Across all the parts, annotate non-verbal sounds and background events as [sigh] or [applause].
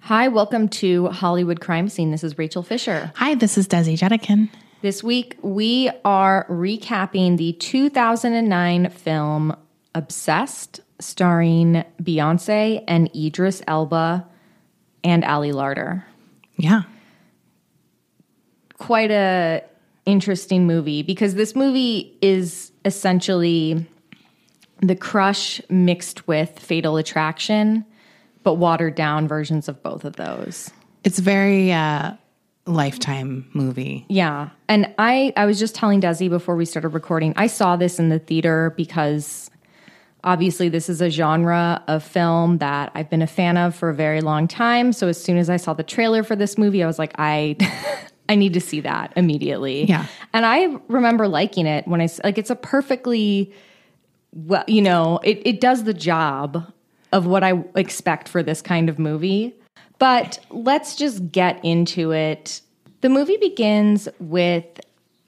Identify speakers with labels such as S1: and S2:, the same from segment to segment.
S1: Hi, welcome to Hollywood Crime Scene. This is Rachel Fisher.
S2: Hi, this is Desi Jetikin.
S1: This week we are recapping the 2009 film Obsessed, starring Beyonce and Idris Elba and Ali Larder.
S2: Yeah.
S1: Quite a interesting movie because this movie is essentially the crush mixed with fatal attraction but watered down versions of both of those
S2: It's very uh, lifetime movie.
S1: yeah and i i was just telling desi before we started recording i saw this in the theater because obviously this is a genre of film that i've been a fan of for a very long time so as soon as i saw the trailer for this movie i was like i [laughs] i need to see that immediately
S2: Yeah.
S1: and i remember liking it when i s- like it's a perfectly well, you know, it, it does the job of what I expect for this kind of movie. But let's just get into it. The movie begins with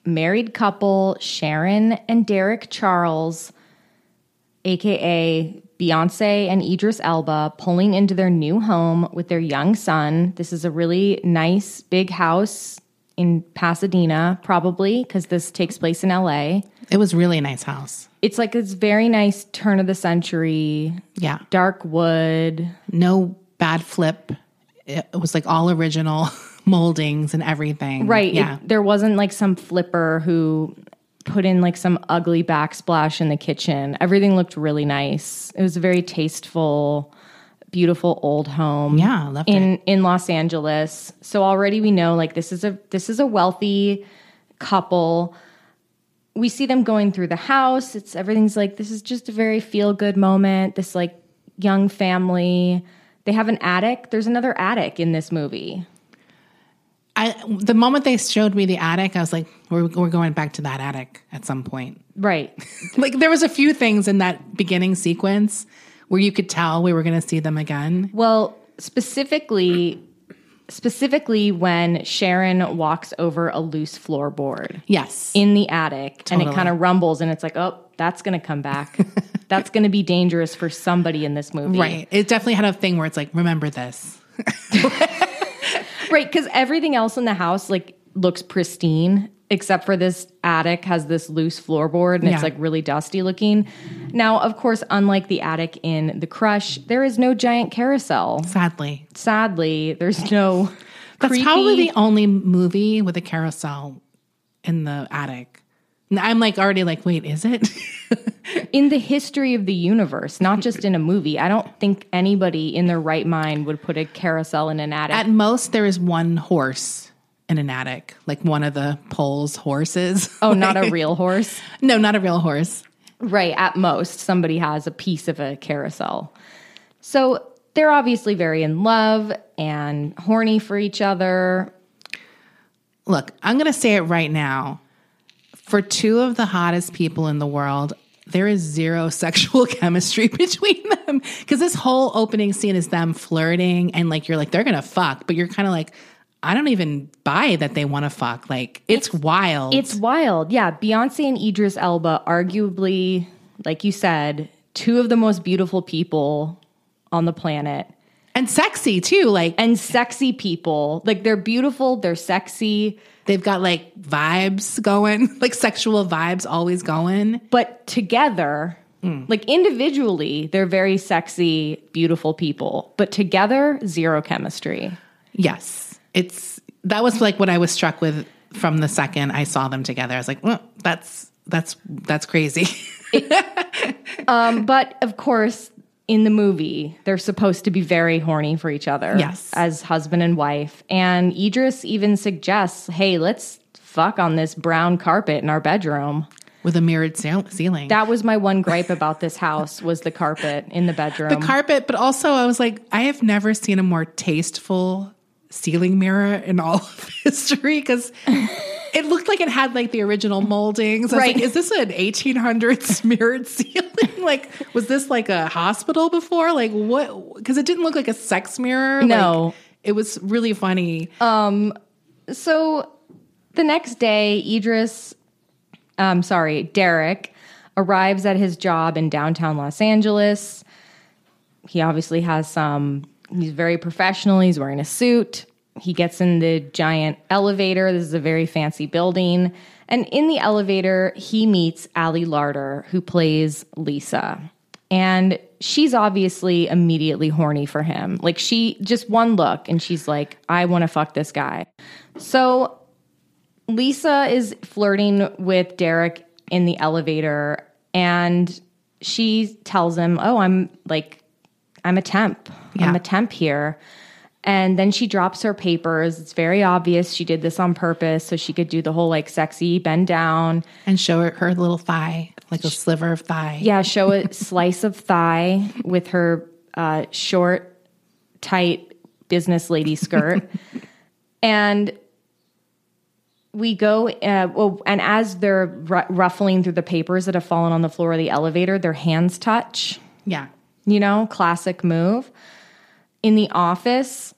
S1: married couple Sharon and Derek Charles, aka Beyonce and Idris Elba, pulling into their new home with their young son. This is a really nice big house in Pasadena, probably, because this takes place in LA
S2: It was really nice house.
S1: it's like this very nice turn of the century
S2: Yeah.
S1: dark wood
S2: No bad flip. It was like all original [laughs] moldings and everything.
S1: right it-
S2: Yeah.
S1: there wasn't like some flipper who put in like some ugly backsplash in the kitchen everything looked really nice it was a very tasteful beautiful old home
S2: yeah. I Loved it.
S1: in in Los Angeles. So already we know like this is a this is a wealthy couple. We see them going through the house. It's everything's like this is just a very feel good moment. This like young family. They have an attic. There's another attic in this movie.
S2: I, the moment they showed me the attic, I was like, we're, we're going back to that attic at some point.
S1: Right.
S2: [laughs] Like there was a few things in that beginning sequence where you could tell we were going to see them again.
S1: Well, specifically specifically when Sharon walks over a loose floorboard.
S2: Yes.
S1: in the attic and it
S2: Totally.
S1: kind of rumbles and it's like, oh, that's going to come
S2: [laughs]
S1: back. that's going to be dangerous for somebody in this movie.
S2: right. It definitely had a thing where it's like, remember this.
S1: Right. Because everything else in the house like looks pristine except for this attic has this loose floorboard and it's
S2: Yeah.
S1: like really dusty looking. Now, of course, unlike the attic in The Crush, there is no giant carousel.
S2: Sadly,
S1: Sadly, there's no.
S2: That's
S1: creepy-
S2: probably the only movie with a carousel in the attic. And I'm like already like, wait, is it?
S1: in the history of the universe, not just in a movie. I don't think anybody in their right mind would put a carousel in an attic.
S2: [laughs] At most, there is one horse in an attic, like one of the pole's horses.
S1: oh, not a real horse.
S2: [laughs] no, not a real horse.
S1: Right, at most, somebody has a piece of a carousel. So they're obviously very in love and horny for each other.
S2: Look, I'm going to say it right now. For two of the hottest people in the world, there is zero [laughs] sexual chemistry [laughs] between them because this whole opening scene is them flirting and like you're like they're going to fuck, but you're kind of like I don't even buy that they want to fuck. Like it's, wild.
S1: It's wild. Yeah, Beyonce and Idris Elba, arguably, like you said, two of the most beautiful people on the planet
S2: and sexy too. Like
S1: and sexy people. Like they're beautiful, they're sexy,
S2: they've got like vibes going, [laughs] like sexual vibes always going.
S1: but together, like individually, they're very sexy, beautiful people, but together, zero chemistry.
S2: Yes, it's that was like what I was struck with from the second I saw them together. I was like, well, that's that's that's crazy.
S1: Um, but of course, in the movie, they're supposed to be very horny for each other.
S2: Yes.
S1: As husband and wife. And Idris even suggests, hey, let's fuck on this brown carpet in our bedroom.
S2: [laughs] with a mirrored ceil- ceiling.
S1: That was my one gripe about this house was the carpet in the bedroom.
S2: the carpet, but also I was like, I have never seen a more tasteful ceiling mirror in all of [laughs] history because it looked like it had like the original moldings. I was
S1: Right.
S2: like, is this an 1800s [laughs] mirrored ceiling? [laughs] Like, was this like a hospital before? Like, what? Because it didn't look like a sex mirror.
S1: No.
S2: Like, it was really funny.
S1: so the next day, Idris, um, sorry, Derek arrives at his job in downtown Los Angeles. He obviously has some, he's very professional. He's wearing a suit. He gets in the giant elevator. This is a very fancy building. And in the elevator, he meets Ali Larder, who plays Lisa. And she's obviously immediately horny for him. Like, she just one look and she's like, I want to fuck this guy. So Lisa is flirting with Derek in the elevator and she tells him, Oh, I'm like, I'm a temp. I'm
S2: Yeah.
S1: a temp here. And then she drops her papers. It's very obvious she did this on purpose so she could do the whole like sexy bend down.
S2: and show her, her little thigh, like a sliver of thigh.
S1: Yeah, show a slice of thigh with her uh, short, tight business lady skirt. and we go, uh, well, and as they're ru- ruffling through the papers that have fallen on the floor of the elevator, their hands touch,
S2: Yeah.
S1: you know, classic move. In the office,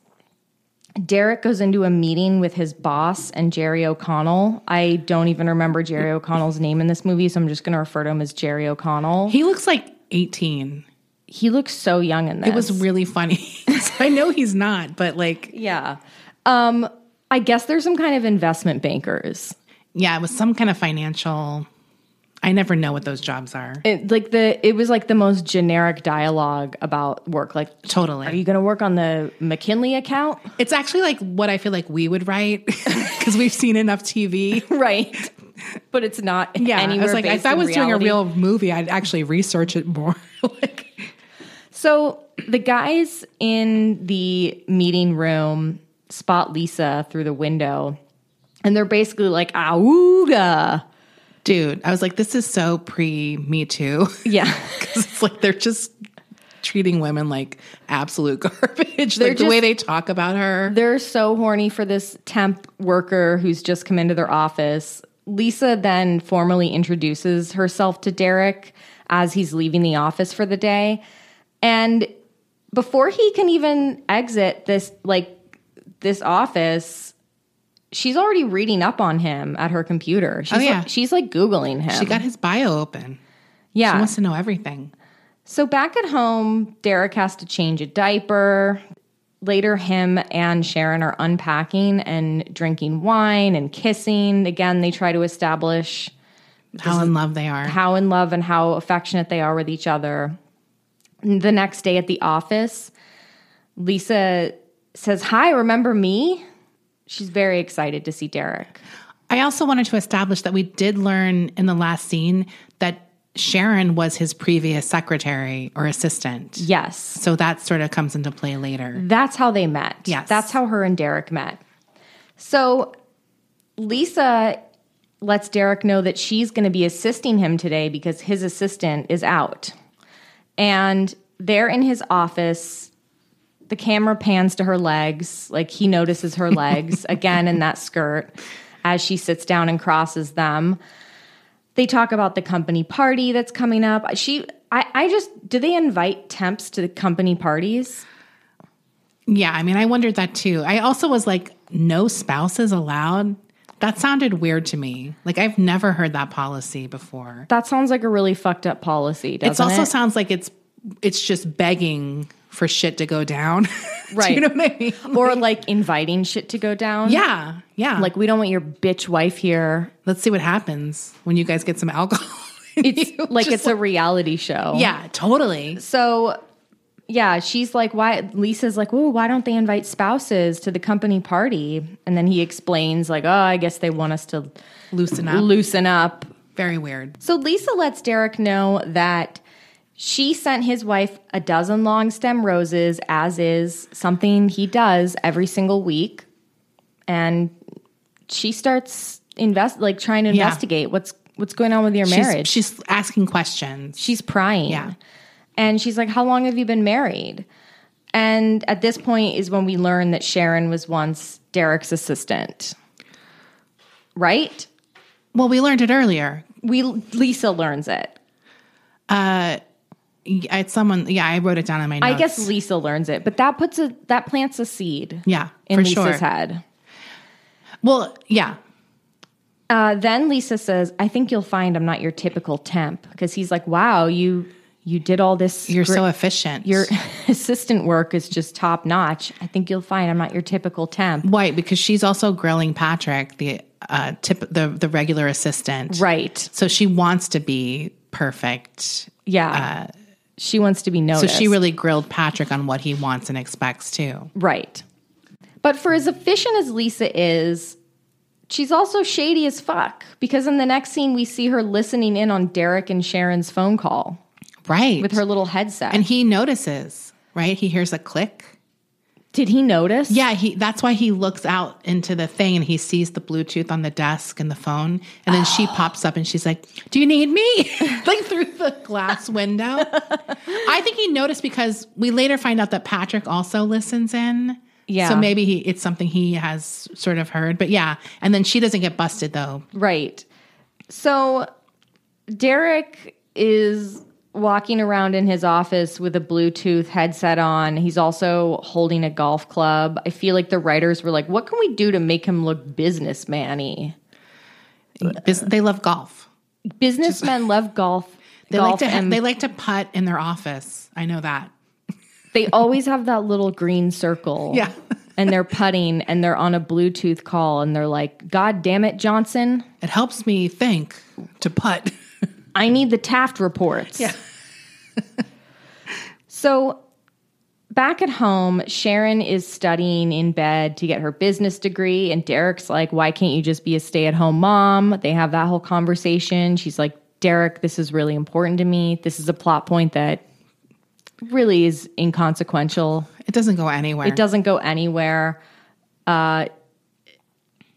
S1: Derek goes into a meeting with his boss and Jerry O'Connell. I don't even remember Jerry O'Connell's name in this movie, so I'm just going to refer to him as Jerry O'Connell
S2: He looks like 18.
S1: he looks so young in this.
S2: It was really funny.
S1: [laughs]
S2: [laughs] So I know he's not, but like,
S1: yeah. Um, I guess there's some kind of investment bankers.
S2: Yeah, it was some kind of financial. I never know what those jobs are.
S1: It, like the it was like the most generic dialogue about work. Like, are
S2: Totally.
S1: you going to work on the McKinley account?
S2: It's actually like what I feel like we would write [laughs] because we've seen
S1: [laughs]
S2: enough TV.
S1: [laughs] right. But it's not.
S2: Yeah,
S1: anywhere
S2: I was like,
S1: based
S2: if I
S1: in
S2: was doing a
S1: reality.
S2: real movie, I'd actually research it more. [laughs] like,
S1: So the guys in the meeting room spot Lisa through the window, and they're basically like, "Awooga."
S2: dude, I was like, this is so pre Me Too [laughs]
S1: Yeah.
S2: because it's like they're just treating women like absolute [laughs] garbage. like the
S1: just-
S2: way they talk about her.
S1: They're so horny for this temp worker who's just come into their office. Lisa then formally introduces herself to Derek as he's leaving the office for the day. And before he can even exit this like this office, she's already reading up on him at her computer. She's
S2: Oh, yeah.
S1: like, she's like googling him.
S2: She got his bio open.
S1: yeah.
S2: She wants to know everything.
S1: So back at home, Derek has to change a diaper. Later, him and Sharon are unpacking and drinking wine and kissing. Again, they try to establish
S2: How in love they are.
S1: how in love and how affectionate they are with each other. The next day at the office, Lisa says, Hi, remember me? She's very excited to see Derek.
S2: I also wanted to establish that we did learn in the last scene that Sharon was his previous secretary or assistant.
S1: Yes.
S2: So that sort of comes into play later.
S1: That's how they met.
S2: Yes.
S1: That's how her and Derek met. So Lisa lets Derek know that she's going to be assisting him today because his assistant is out. And they're in his office. The camera pans to her legs. Like he notices her legs again in that skirt as she sits down and crosses them. They talk about the company party that's coming up. She, I, I just, do they invite temps to the company parties?
S2: Yeah, I mean, I wondered that too. I also was like, no spouses allowed. That sounded weird to me. Like, I've never heard that policy before.
S1: That sounds like a really fucked up policy, doesn't
S2: It also
S1: it?
S2: sounds like it's it's just begging for shit to go down. [laughs] Do
S1: Right.
S2: you know what I mean?
S1: or like inviting shit to go down.
S2: Yeah. Yeah. Like,
S1: Like we don't want your bitch wife
S2: [laughs]
S1: here.
S2: let's see what happens when you guys get some alcohol. [laughs] in
S1: It's
S2: you.
S1: [laughs] like
S2: Just
S1: it's a reality show.
S2: Yeah, totally.
S1: So yeah, she's like, why Lisa's like, well, why don't they invite spouses to the company party? And then he explains, like, oh, I guess they want us to
S2: Loosen up.
S1: loosen up.
S2: Very weird.
S1: So Lisa lets Derek know that She sent his wife a dozen long stem roses, as is something he does every single week. And she starts invest like trying to
S2: Yeah.
S1: investigate what's what's going on with your
S2: She's-
S1: marriage.
S2: She's, asking questions.
S1: She's prying.
S2: Yeah.
S1: And she's like, How long have you been married? And at this point is when we learn that Sharon was once Derek's assistant. Right?
S2: Well, we learned it earlier.
S1: We Lisa learns it.
S2: It's someone. Yeah, I wrote it down in my notes.
S1: I guess Lisa learns it, but that puts a that plants a seed
S2: Yeah,
S1: in
S2: for
S1: Lisa's
S2: sure.
S1: head.
S2: Well, yeah,
S1: Uh, then Lisa says, "I think you'll find I'm not your typical temp," because he's like, "Wow, you you did all this.
S2: you're
S1: gr-
S2: so efficient.
S1: your [laughs] assistant work is just top notch. I think you'll find I'm not your typical temp."
S2: white because she's also grilling Patrick, the uh, tip, the the regular assistant.
S1: Right.
S2: So she wants to be perfect.
S1: Yeah. she wants to be
S2: Uh, So
S1: noticed.
S2: she really grilled Patrick on what he wants and expects too.
S1: Right. But for as efficient as Lisa is, she's also shady as fuck because in the next scene we see her listening in on Derek and Sharon's phone call
S2: Right.
S1: with her little headset.
S2: and he notices, right? He hears a click.
S1: Did he notice?
S2: Yeah, he that's why he looks out into the thing and he sees the Bluetooth on the desk and the phone. And
S1: [gasps]
S2: then she pops up and she's like, Do you need me? [laughs] like through the glass
S1: [laughs]
S2: window. I think he noticed because we later find out that Patrick also listens in.
S1: Yeah.
S2: So maybe he, it's something he has sort of heard. But yeah. And then she doesn't get busted though.
S1: Right. So Derek is walking around in his office with a Bluetooth headset on. He's also holding a golf club. I feel like the writers were like, what can we do to make him look businessman-y?
S2: Bus- They love golf.
S1: Businessmen love golf.
S2: They
S1: golf
S2: like to ha-
S1: and
S2: they like to putt in their office. I know that.
S1: [laughs] they always have that little green circle.
S2: Yeah.
S1: and they're putting and they're on a Bluetooth call and they're like, God damn it, Johnson.
S2: It helps me think to putt.
S1: I need the Taft reports. [laughs] so back at home, Sharon is studying in bed to get her business degree. And Derek's like, Why can't you just be a stay at home mom? They have that whole conversation. She's like, Derek, this is really important to me. This is a plot point that really is inconsequential.
S2: It doesn't go anywhere.
S1: It doesn't go anywhere. Uh,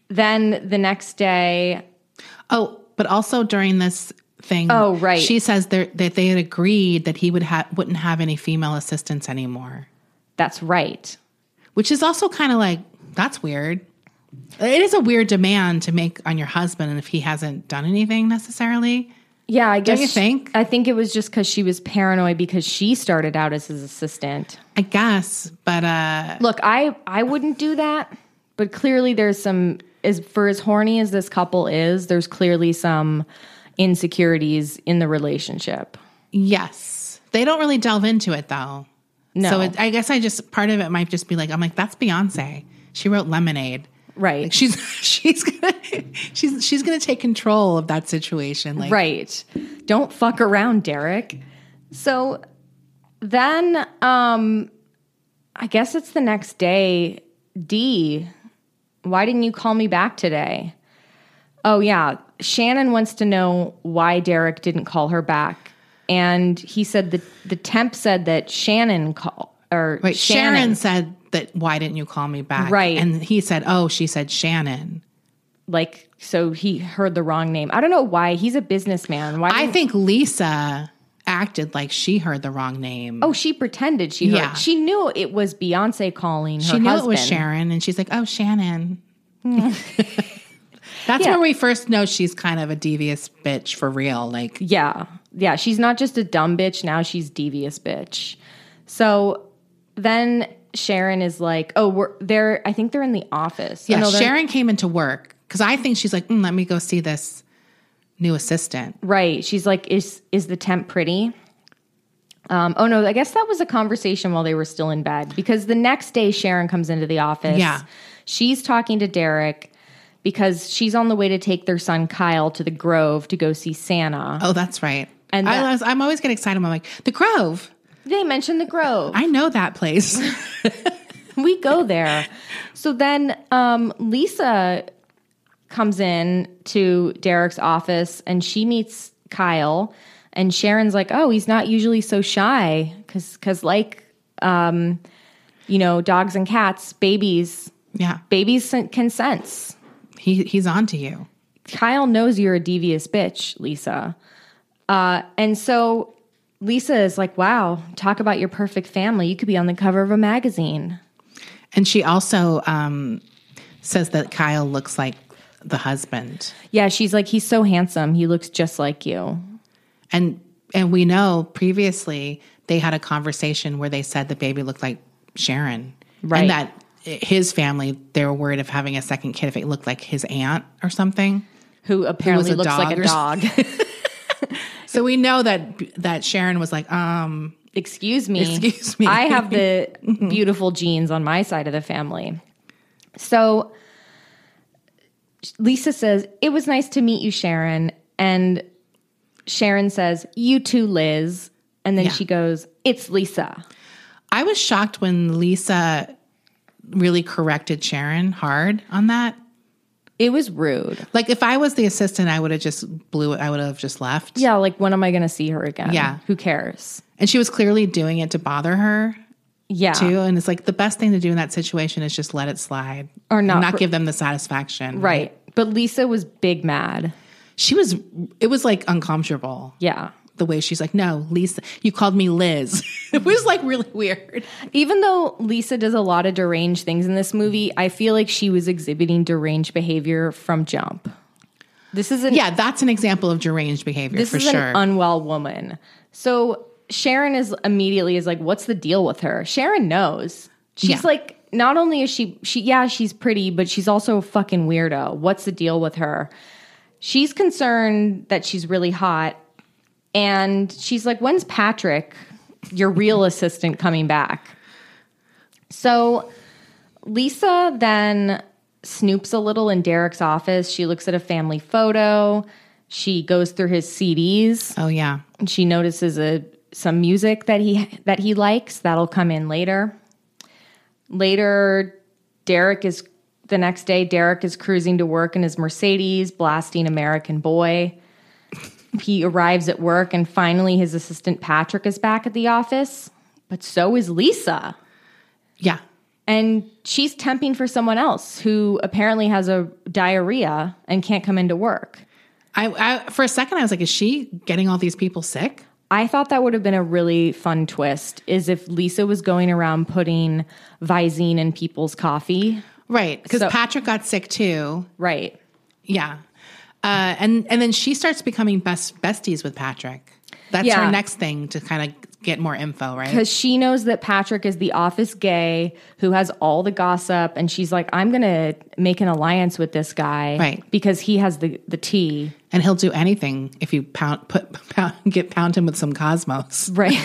S1: then the next day,
S2: Oh, but also during this thing.
S1: Oh, right.
S2: She says there- that they had agreed that he would ha- wouldn't have any female assistants anymore,
S1: that's right.
S2: which is also kind of like that's weird. It is a weird demand to make on your husband, and if he hasn't done anything necessarily,
S1: Yeah, I guess.
S2: you
S1: sh-
S2: think?
S1: I think it was just because she was paranoid because she started out as his assistant.
S2: I guess. But uh,
S1: Look, I I wouldn't do that, but clearly there's some as for as horny as this couple is, there's clearly some insecurities in the relationship.
S2: yes, they don't really delve into it though.
S1: No,
S2: So it, I guess I just part of it might just be like I'm like that's Beyonce. She wrote Lemonade.
S1: right,
S2: She's [laughs] she's gonna she's she's gonna take control of that situation. Like
S1: Right. Don't fuck around, Derek. So then um I guess it's the next day. D, why didn't you call me back today? Oh yeah, Shannon wants to know why Derek didn't call her back. And he said the the temp said that Shannon call or
S2: Right. Sharon.
S1: Shannon's
S2: said that why didn't you call me back?
S1: Right.
S2: And he said, Oh, she said Shannon.
S1: like so he heard the wrong name. I don't know why. He's a businessman. Why
S2: I
S1: didn't-
S2: think Lisa acted like she heard the wrong name.
S1: Oh, she pretended she heard.
S2: Yeah.
S1: She knew it was Beyonce calling her
S2: she knew it
S1: husband.
S2: was Sharon and she's like, Oh, Shannon. [laughs] That's
S1: Yeah.
S2: when we first know she's kind of a devious bitch for real. Like
S1: Yeah. Yeah. She's not just a dumb bitch. Now she's devious bitch. So then Sharon is like, oh, we're they're I think they're in the office. Oh,
S2: Yeah,
S1: no, they're-
S2: Sharon came into work because I think she's like, mm, let me go see this new assistant.
S1: Right. She's like, is is the temp pretty? Um, oh no, I guess that was a conversation while they were still in bed because the next day Sharon comes into the office.
S2: Yeah.
S1: She's talking to Derek because she's on the way to take their son Kyle to the Grove to go see Santa.
S2: Oh, that's right.
S1: And
S2: And
S1: that-
S2: I was, I'm always getting excited. I'm like, the Grove.
S1: They mentioned the Grove.
S2: I know that place.
S1: [laughs] we go there. So then um, Lisa comes in to Derek's office and she meets Kyle And Sharon's like, "Oh, he's not usually so shy cuz cuz like um you know, dogs and cats, babies
S2: Yeah.
S1: babies sen- can sense.
S2: He he's on to you.
S1: Kyle knows you're a devious bitch, Lisa. Uh, and so Lisa is like, wow, talk about your perfect family. You could be on the cover of a magazine.
S2: And she also um, says that Kyle looks like the husband.
S1: Yeah, she's like, he's so handsome. He looks just like you.
S2: And and we know previously they had a conversation where they said the baby looked like Sharon.
S1: Right.
S2: And that his family, they were worried of having a second kid if it looked like his aunt or something.
S1: Who apparently
S2: a
S1: looks like
S2: dog
S1: a
S2: or
S1: dog. [laughs]
S2: So we know that that Sharon was like, um,
S1: Excuse me.
S2: Excuse me.
S1: I have the beautiful genes on my side of the family. So Lisa says, It was nice to meet you, Sharon. And Sharon says, You too, Liz. And then
S2: Yeah.
S1: she goes, It's Lisa.
S2: I was shocked when Lisa really corrected Sharon hard on that.
S1: It was rude.
S2: Like if I was the assistant, I would have just blew it. I would have just left.
S1: Yeah, like when am I going to see her again?
S2: Yeah.
S1: Who cares?
S2: And she was clearly doing it to bother her
S1: Yeah.
S2: too. And it's like the best thing to do in that situation is just let it slide
S1: Or
S2: and
S1: not
S2: not
S1: pr-
S2: give them the satisfaction.
S1: Right. But Lisa was big mad.
S2: She was. It was like uncomfortable
S1: Yeah.
S2: the way she's like, no, Lisa, you called me Liz. [laughs] it was like really weird.
S1: Even though Lisa does a lot of deranged things in this movie, I feel like she was exhibiting deranged behavior from jump. This is an
S2: Yeah, that's an example of deranged behavior
S1: this
S2: for
S1: is
S2: sure.
S1: an unwell woman. So Sharon is immediately is like, "What's the deal with her?" Sharon knows. She's
S2: Yeah.
S1: like, not only is she she yeah she's pretty, but she's also a fucking weirdo. What's the deal with her? She's concerned that she's really hot, and she's like, "When's Patrick, your real assistant, coming back?" So Lisa then snoops a little in Derek's office. She looks at a family photo. She goes through his CDs.
S2: oh yeah.
S1: And she notices a some music that he that he likes. That'll come in later. Later, Derek is the next day. Derek is cruising to work in his Mercedes, blasting "American Boy." He arrives at work, and finally, his assistant Patrick is back at the office. But so is Lisa
S2: Yeah.
S1: and she's temping for someone else who apparently has a diarrhea and can't come into work.
S2: I, I for a second I was like, is she getting all these people sick?
S1: I thought that would have been a really fun twist is if Lisa was going around putting Visine in people's coffee.
S2: Right, because
S1: So-
S2: Patrick got sick too.
S1: Right.
S2: Yeah, uh, and and then she starts becoming best besties with Patrick. That's
S1: Yeah.
S2: her next thing to kind of get more info, right?
S1: Because she knows that Patrick is the office gay who has all the gossip, and she's like, I'm going to make an alliance with this guy.
S2: Right.
S1: Because he has the, the tea.
S2: And he'll do anything if you pound put [laughs] pound, get pound him with some cosmos.
S1: Right.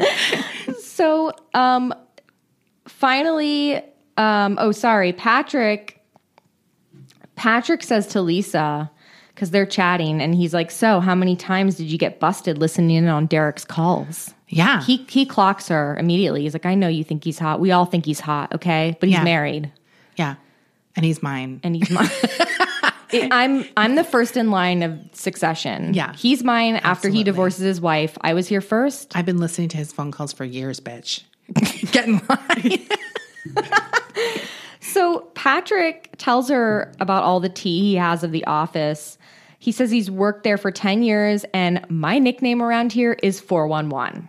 S2: [laughs]
S1: so, um, finally, um, oh, sorry, Patrick. Patrick says to Lisa because they're chatting, and he's like, "So, how many times did you get busted listening in on Derek's calls?"
S2: Yeah,
S1: He he clocks her immediately. He's like, "I know you think he's hot. We all think he's hot, okay? But he's
S2: Yeah.
S1: married,
S2: yeah, and he's mine.
S1: and he's
S2: [laughs]
S1: mine." It- I'm I'm the first in line of succession.
S2: Yeah.
S1: he's mine after he divorces his wife. I was here first.
S2: I've been listening to his phone calls for years, bitch.
S1: [laughs]
S2: get in line.
S1: So Patrick tells her about all the tea he has of the office. He says he's worked there for 10 years and my nickname around here is 411.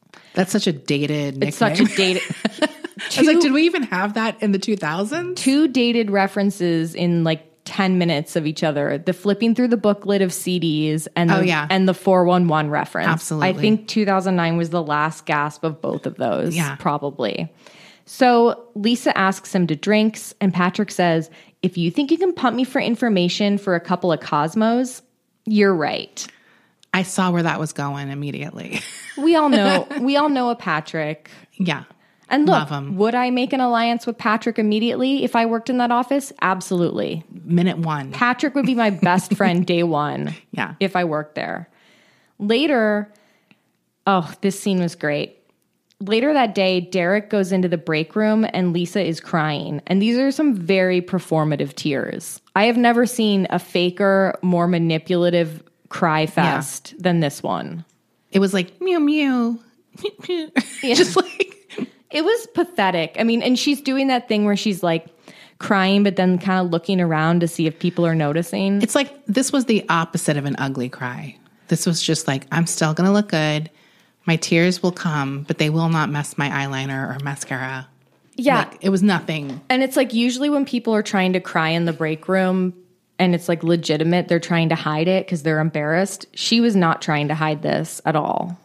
S2: [laughs] That's such a dated nickname.
S1: It's such a dated
S2: I was like, did we even have that in the 2000s?
S1: two dated references in like 10 minutes of each other. The flipping through the booklet of CDs and the,
S2: Oh, yeah.
S1: and the 411 reference. I
S2: Absolutely.
S1: think 2009 was the last gasp of both of those
S2: Yeah.
S1: probably. So Lisa asks him to drinks and Patrick says, "If you think you can pump me for information for a couple of cosmos, you're right."
S2: I saw where that was going immediately. [laughs]
S1: We all know we all know a Patrick.
S2: yeah.
S1: And look,
S2: Love him.
S1: would I make an alliance with Patrick immediately if I worked in that office? Absolutely.
S2: Minute one.
S1: Patrick would be my best friend day one
S2: Yeah.
S1: if I worked there. Later, oh, this scene was great. Later that day, Derek goes into the break room and Lisa is crying. And these are some very performative tears. I have never seen a faker, more manipulative cry fest than this one.
S2: It was like mew mew, [laughs] just like
S1: It was pathetic. I mean, and she's doing that thing where she's like crying, but then kind of looking around to see if people are noticing.
S2: it's like this was the opposite of an ugly cry. This was just like I'm still gonna look good. My tears will come, but they will not mess my eyeliner or mascara.
S1: Yeah.
S2: Like, it was nothing.
S1: and it's like usually when people are trying to cry in the break room and it's like legitimate, they're trying to hide it because they're embarrassed. She was not trying to hide this at all.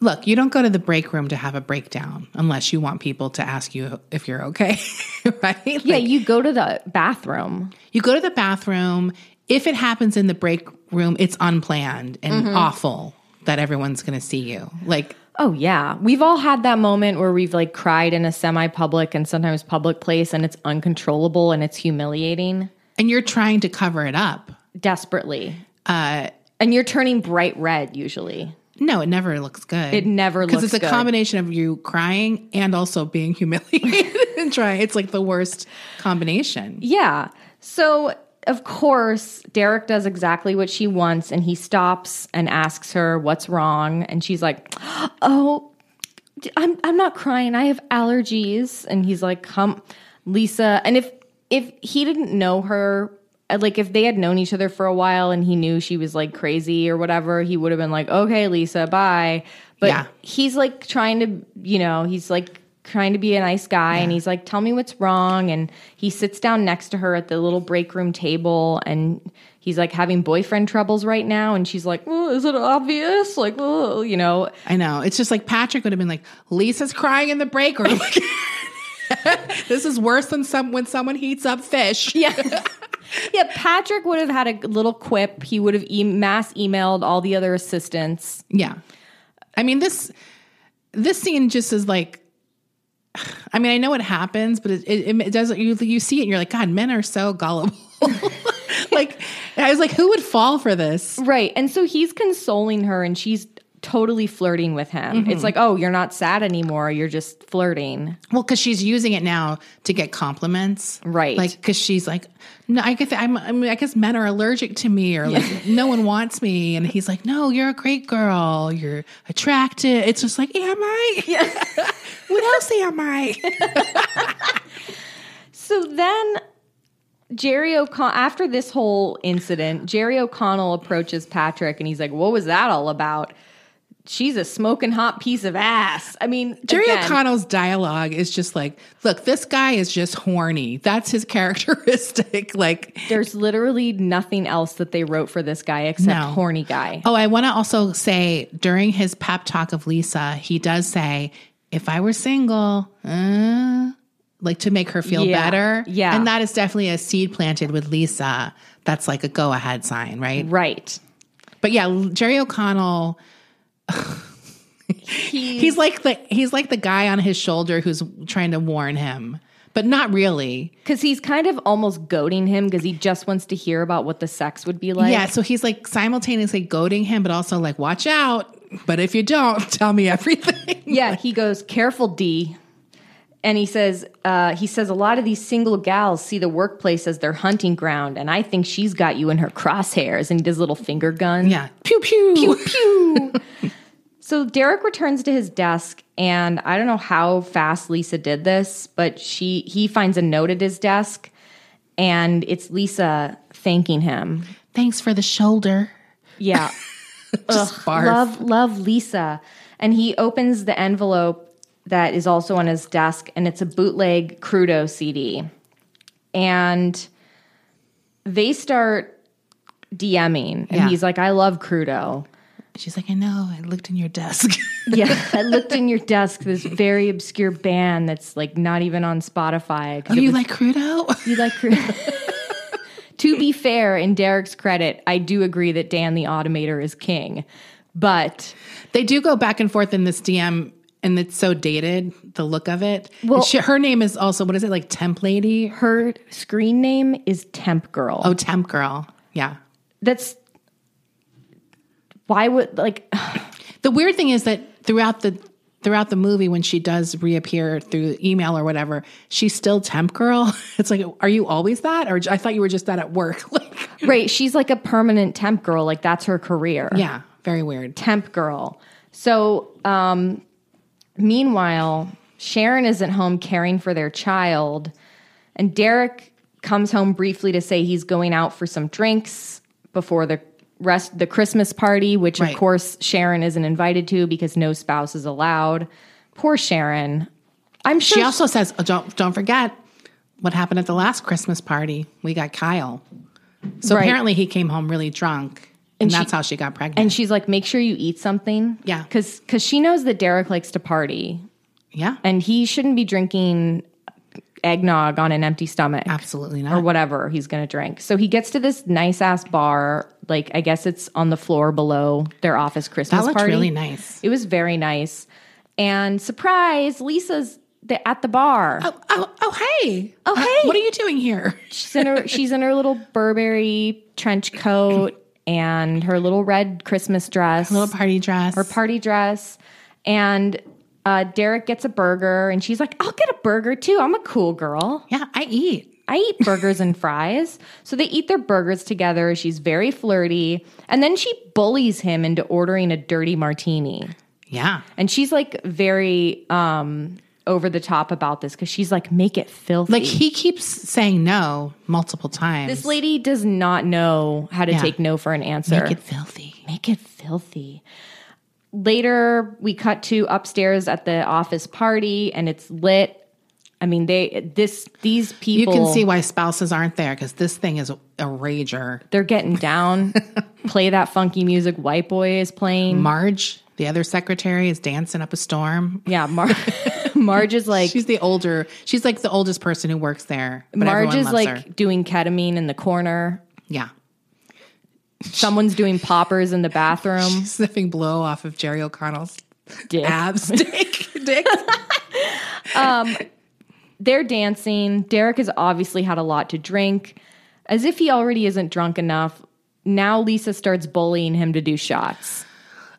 S2: Look, you don't go to the break room to have a breakdown unless you want people to ask you if you're okay, [laughs] right?
S1: Yeah,
S2: Like,
S1: you go to the bathroom.
S2: You go to the bathroom. If it happens in the break room, it's unplanned and
S1: Mm-hmm.
S2: awful that everyone's going to see you. Like,
S1: Oh yeah, we've all had that moment where we've like cried in a semi-public and sometimes public place and it's uncontrollable and it's humiliating
S2: and you're trying to cover it up.
S1: desperately. and you're turning bright red usually.
S2: No, it never looks good.
S1: It never
S2: because
S1: looks
S2: it's a
S1: good.
S2: combination of you crying and also being [laughs] humiliated and trying. It's like the worst combination.
S1: Yeah. So, of course, Derek does exactly what she wants and he stops and asks her what's wrong and she's like, "Oh, d- I'm I'm not crying. I have allergies." And he's like, "Come, Lisa." And if if he didn't know her uh, like if they had known each other for a while and he knew she was like crazy or whatever, he would have been like, "Okay, Lisa, bye." But
S2: Yeah.
S1: he's like trying to, you know, he's like trying to be a nice guy and he's like, tell me what's wrong. And he sits down next to her at the little break room table and he's like having boyfriend troubles right now. And she's like, well, is it obvious? Like, well, you know,
S2: I know. It's just like Patrick would have been like, Lisa's crying in the break room. [laughs] this is worse than some when someone heats up fish.
S1: yeah. yeah. Patrick would have had a little quip. He would have e- mass emailed all the other assistants.
S2: Yeah. I mean this this scene just is like [sighs] I mean I know it happens but it it, it doesn't you you see it and you're like god men are so gullible. [laughs] like I was like who would fall for this?
S1: Right. And so he's consoling her and she's totally flirting with him. It's like, oh, you're not sad anymore. You're just flirting.
S2: Well cuz she's using it now to get compliments.
S1: Right.
S2: Like cuz she's like no I guess I'm, I, mean, I guess men are allergic to me or like no one wants me and he's like no you're a great girl. You're attractive. It's just like am I? [laughs] what else am I?
S1: So then Jerry O'Connell, after this whole incident, Jerry O'Connell approaches Patrick and he's like, What was that all about? She's a smoking hot piece of ass. I mean,
S2: Jerry
S1: again,
S2: O'Connell's dialogue is just like, look, this guy is just horny. That's his [laughs] characteristic. like,
S1: There's literally nothing else that they wrote for this guy except
S2: No.
S1: horny guy.
S2: oh, I want to also say during his pep talk of Lisa, he does say, if I were single, uh, like to make her feel
S1: Yeah.
S2: better.
S1: Yeah.
S2: And that is definitely a seed planted with Lisa. That's like a go ahead sign, right?
S1: Right.
S2: But yeah, L- Jerry O'Connell. He's like the he's like the guy on his shoulder who's trying to warn him, but not really.
S1: Because he's kind of almost goading him because he just wants to hear about what the sex would be like.
S2: yeah, so he's like simultaneously goading him, but also like, watch out. But if you don't, [laughs] tell me everything.
S1: Yeah, he goes, "Careful, D," and he says, uh, "He says a lot of these single gals see the workplace as their hunting ground, and I think she's got you in her crosshairs." And he does a little finger gun.
S2: Yeah. Pew pew.
S1: pew. so Derek returns to his desk, and I don't know how fast Lisa did this, but she he finds a note at his desk, and it's Lisa thanking him.
S2: Thanks for the shoulder.
S1: Yeah.
S2: [laughs] Just barf.
S1: Love, love Lisa. And he opens the envelope that is also on his desk, and it's a bootleg Crudo CD. And they start DMing, and
S2: Yeah.
S1: he's like, I love Crudo.
S2: She's like, I know, I looked in your desk. [laughs]
S1: Yeah, [laughs] I looked in your desk, this very obscure band that's like not even on Spotify. 'cause
S2: oh,
S1: it [laughs]
S2: you
S1: was-
S2: like Crudo?
S1: you like Crudo? to be fair, in Derek's credit, I do agree that Dan the Automator is king, but.
S2: [laughs] they do go back and forth in this DM, and it's so dated, the look of it.
S1: Well-
S2: she, her name is also, what is it, like Temp Lady?
S1: her screen name is Temp Girl.
S2: Oh, Temp Girl. Yeah.
S1: That's why would like [sighs]
S2: The weird thing is that throughout the throughout the movie, when she does reappear through email or [laughs] whatever, she's still temp girl. It's like, are you always that? Or I thought you were just that at work. [laughs] Like,
S1: right. She's like a permanent temp girl. Like that's her career.
S2: Yeah, very weird.
S1: Temp girl. So, um, meanwhile, Sharon isn't home caring for their child, and Derek comes home briefly to say he's going out for some drinks before the rest the Christmas party, which
S2: Right.
S1: of course Sharon isn't invited to because no spouse is allowed. Poor Sharon. I'm sure
S2: She also says, oh, "Don't don't forget what happened at the last Christmas party. We got Kyle. So
S1: Right.
S2: apparently he came home really drunk, and, that's how she got pregnant.
S1: And she's like, make sure you eat something.
S2: Yeah.
S1: Cause, cause she knows that Derek likes to party
S2: yeah,
S1: and he shouldn't be drinking eggnog on an empty stomach
S2: absolutely
S1: or
S2: not.
S1: whatever he's going to drink. So he gets to this nice ass bar. Like, I guess it's on the floor below their office Christmas
S2: that looked
S1: party.
S2: really nice.
S1: It was very nice. And surprise, Lisa's th- at the bar.
S2: Oh, oh, oh hey,
S1: Oh,
S2: Uh,
S1: hey.
S2: what are you doing here?
S1: She's in her she's in her little Burberry trench coat and her little red Christmas dress.
S2: [laughs] Little party dress. Or
S1: party dress and uh, Derek gets a burger and she's like, I'll get a burger too. I'm a cool girl.
S2: yeah, I eat.
S1: I eat burgers
S2: [laughs]
S1: and fries. So they eat their burgers together. She's very flirty. And then she bullies him into ordering a dirty martini.
S2: Yeah,
S1: And she's like very um, over the top about this because she's like, make it filthy.
S2: like he keeps saying no multiple times.
S1: this lady does not know how to
S2: Yeah.
S1: take no for an answer.
S2: make it filthy.
S1: make it filthy. Later, we cut to upstairs at the office party, and it's lit. I mean, they this these
S2: You
S1: people
S2: can see why spouses aren't there because this thing is a rager.
S1: they're getting
S2: [laughs]
S1: down. play that funky music. White boy is playing.
S2: Marge, the other secretary, is dancing up a storm.
S1: yeah, Mar- [laughs] Marge is like
S2: She's the older. She's like the oldest person who works there. But
S1: Marge
S2: everyone
S1: is
S2: loves
S1: like
S2: her.
S1: doing ketamine in the corner.
S2: yeah,
S1: Someone's doing poppers in the bathroom.
S2: sniffing blow off of Jerry O'Connell's
S1: Dick. [laughs]
S2: abs, dick, dick.
S1: They're dancing. Derek has obviously had a lot to drink. As if he already isn't drunk enough, now Lisa starts bullying him to do shots.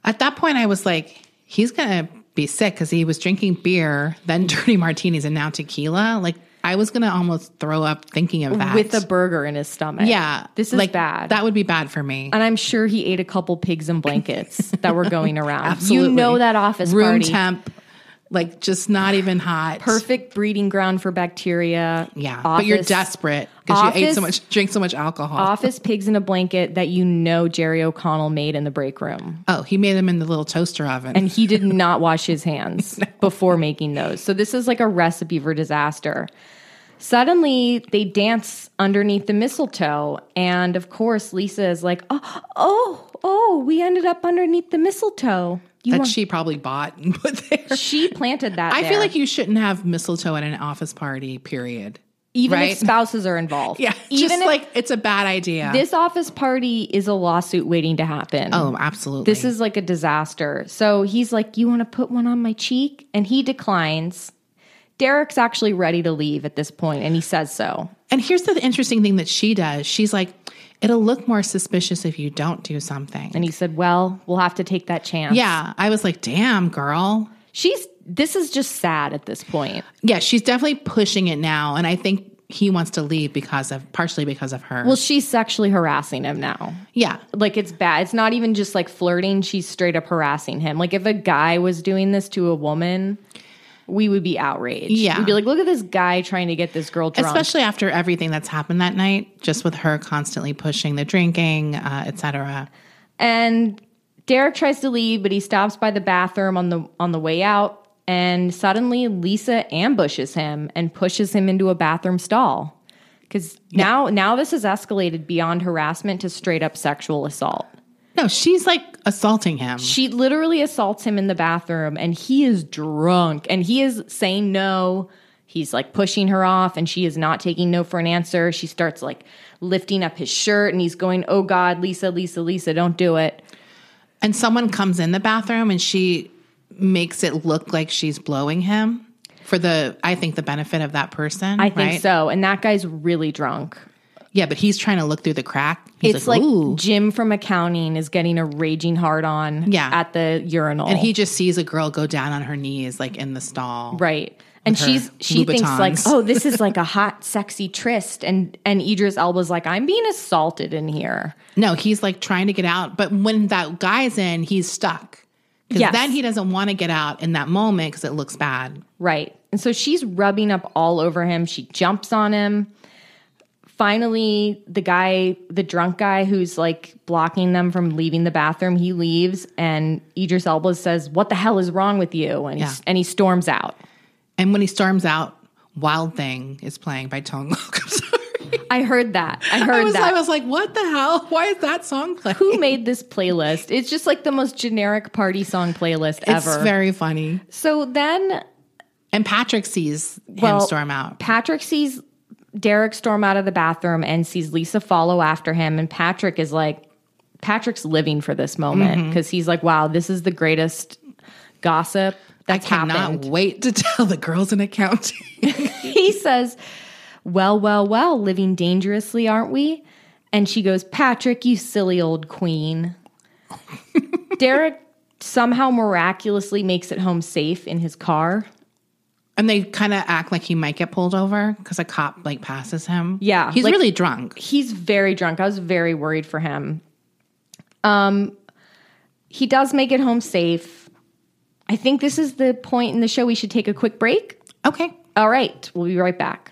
S2: At that point, I was like, he's gonna be sick because he was drinking beer, then [laughs] dirty martinis, and now tequila. Like, I was gonna almost throw up thinking of that.
S1: with a burger in his stomach.
S2: yeah,
S1: This is
S2: like,
S1: bad. Um,
S2: That would be bad for me.
S1: and I'm sure he ate a couple pigs and [laughs] blankets that were going around.
S2: Absolutely.
S1: You know that office
S2: room
S1: party.
S2: temp, like just not even hot.
S1: Perfect breeding ground for bacteria.
S2: Yeah,
S1: Office,
S2: but you're desperate because you ate so
S1: office-
S2: much, drink so much alcohol.
S1: Office pigs in a blanket that you know Jerry O'Connell made in the break room.
S2: Oh, he made them in the little toaster oven.
S1: And he did not wash his
S2: [laughs]
S1: hands before making those. So this is like a recipe for disaster. Suddenly they dance underneath the mistletoe. And of course, Lisa is like, oh, oh, oh, we ended up underneath the mistletoe. You
S2: that
S1: want-
S2: she probably bought and [laughs] put there.
S1: she planted that.
S2: I
S1: there,
S2: feel like you shouldn't have mistletoe at an office party, period.
S1: even
S2: right?
S1: if spouses are involved,
S2: [laughs] Yeah.
S1: even
S2: just
S1: if
S2: like it's a bad idea.
S1: this office party is a lawsuit waiting to happen.
S2: oh, absolutely.
S1: This is like a disaster. So he's like, "You want to put one on my cheek?" And he declines. Derek's actually ready to leave at this point, and he says so.
S2: and here's the interesting thing that she does. She's like, it'll look more suspicious if you don't do something.
S1: And he said, "Well, we'll have to take that chance."
S2: yeah. I was like, damn, girl.
S1: she's. This is just sad at this point.
S2: Yeah, she's definitely pushing it now. And I think he wants to leave because of partially because of her.
S1: Well, she's sexually harassing him now.
S2: yeah.
S1: like it's bad. It's not even just like flirting, she's straight up harassing him. Like if a guy was doing this to a woman, we would be outraged.
S2: Yeah.
S1: We'd be like, look at this guy trying to get this girl drunk.
S2: Especially after everything that's happened that night, just with her constantly pushing the drinking, uh, et cetera.
S1: and Derek tries to leave, but he stops by the bathroom on the on the way out. And suddenly Lisa ambushes him and pushes him into a bathroom stall. Cause now now this has escalated beyond harassment to straight up sexual assault.
S2: No, she's like assaulting him.
S1: She literally assaults him in the bathroom and he is drunk and he is saying no. He's like pushing her off and she is not taking no for an answer. She starts like lifting up his shirt and he's going, Oh God, Lisa, Lisa, Lisa, don't do it.
S2: and someone comes in the bathroom and she makes it look like she's blowing him for the I think the benefit of that person.
S1: I think
S2: right?
S1: so. And that guy's really drunk.
S2: Yeah, but he's trying to look through the crack. He's
S1: it's like,
S2: "Ooh."
S1: Jim from accounting is getting a raging hard on
S2: Yeah.
S1: at the urinal.
S2: and he just sees a girl go down on her knees like in the stall.
S1: Right. and
S2: her
S1: she's she thinks like,
S2: Louboutins.
S1: oh, this
S2: [laughs]
S1: is like a hot, sexy tryst, and and Idris Elba's like, I'm being assaulted in here.
S2: No, he's like trying to get out, but when that guy's in, he's stuck. Because
S1: Yes.
S2: then he doesn't want to get out in that moment because it looks bad.
S1: Right. And so she's rubbing up all over him. She jumps on him. Finally, the guy, the drunk guy who's like blocking them from leaving the bathroom, he leaves and Idris Elba says, What the hell is wrong with you? And,
S2: Yeah.
S1: he, and he storms out.
S2: And when he storms out, Wild Thing is playing by Tone Loc. [laughs] I'm sorry.
S1: I heard that. I heard
S2: I was,
S1: that.
S2: I was like, what the hell? Why is that song playing?
S1: Who made this playlist? It's just like the most generic party song playlist
S2: it's
S1: ever.
S2: very funny.
S1: so then
S2: And Patrick sees him storm out.
S1: Patrick sees Derek storm out of the bathroom and sees Lisa follow after him. And Patrick is like, Patrick's living for this
S2: Mm-hmm.
S1: moment because he's like, wow, this is the greatest gossip that's
S2: I cannot
S1: happened.
S2: wait to [laughs] tell the girls in accounting.
S1: [laughs] He says, well, well, well, living dangerously, aren't we? And she goes, Patrick, you silly old
S2: [laughs]
S1: queen. Derek somehow miraculously makes it home safe in his car.
S2: and they kind of act like he might get pulled over because a cop like passes him.
S1: Yeah,
S2: He's
S1: like-
S2: really drunk.
S1: he's very drunk. I was very worried for him. Um, he does make it home safe. I think this is the point in the show we should take a quick break.
S2: Okay.
S1: All right, we'll be right back.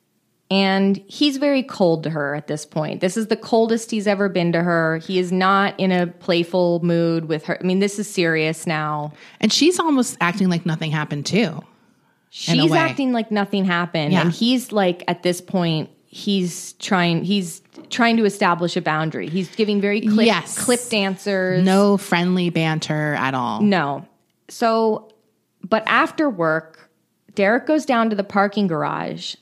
S1: and he's very cold to her at this point. This is the coldest he's ever been to her. He is not in a playful mood with her. I mean, this is serious now.
S2: And she's almost acting like nothing happened too. in a
S1: she's
S2: way.
S1: acting like nothing happened
S2: Yeah.
S1: and he's like at this point he's trying he's trying to establish a boundary he's giving very clip,
S2: Yes.
S1: clipped answers
S2: No friendly banter at all.
S1: no so but after work derek goes down to the parking garage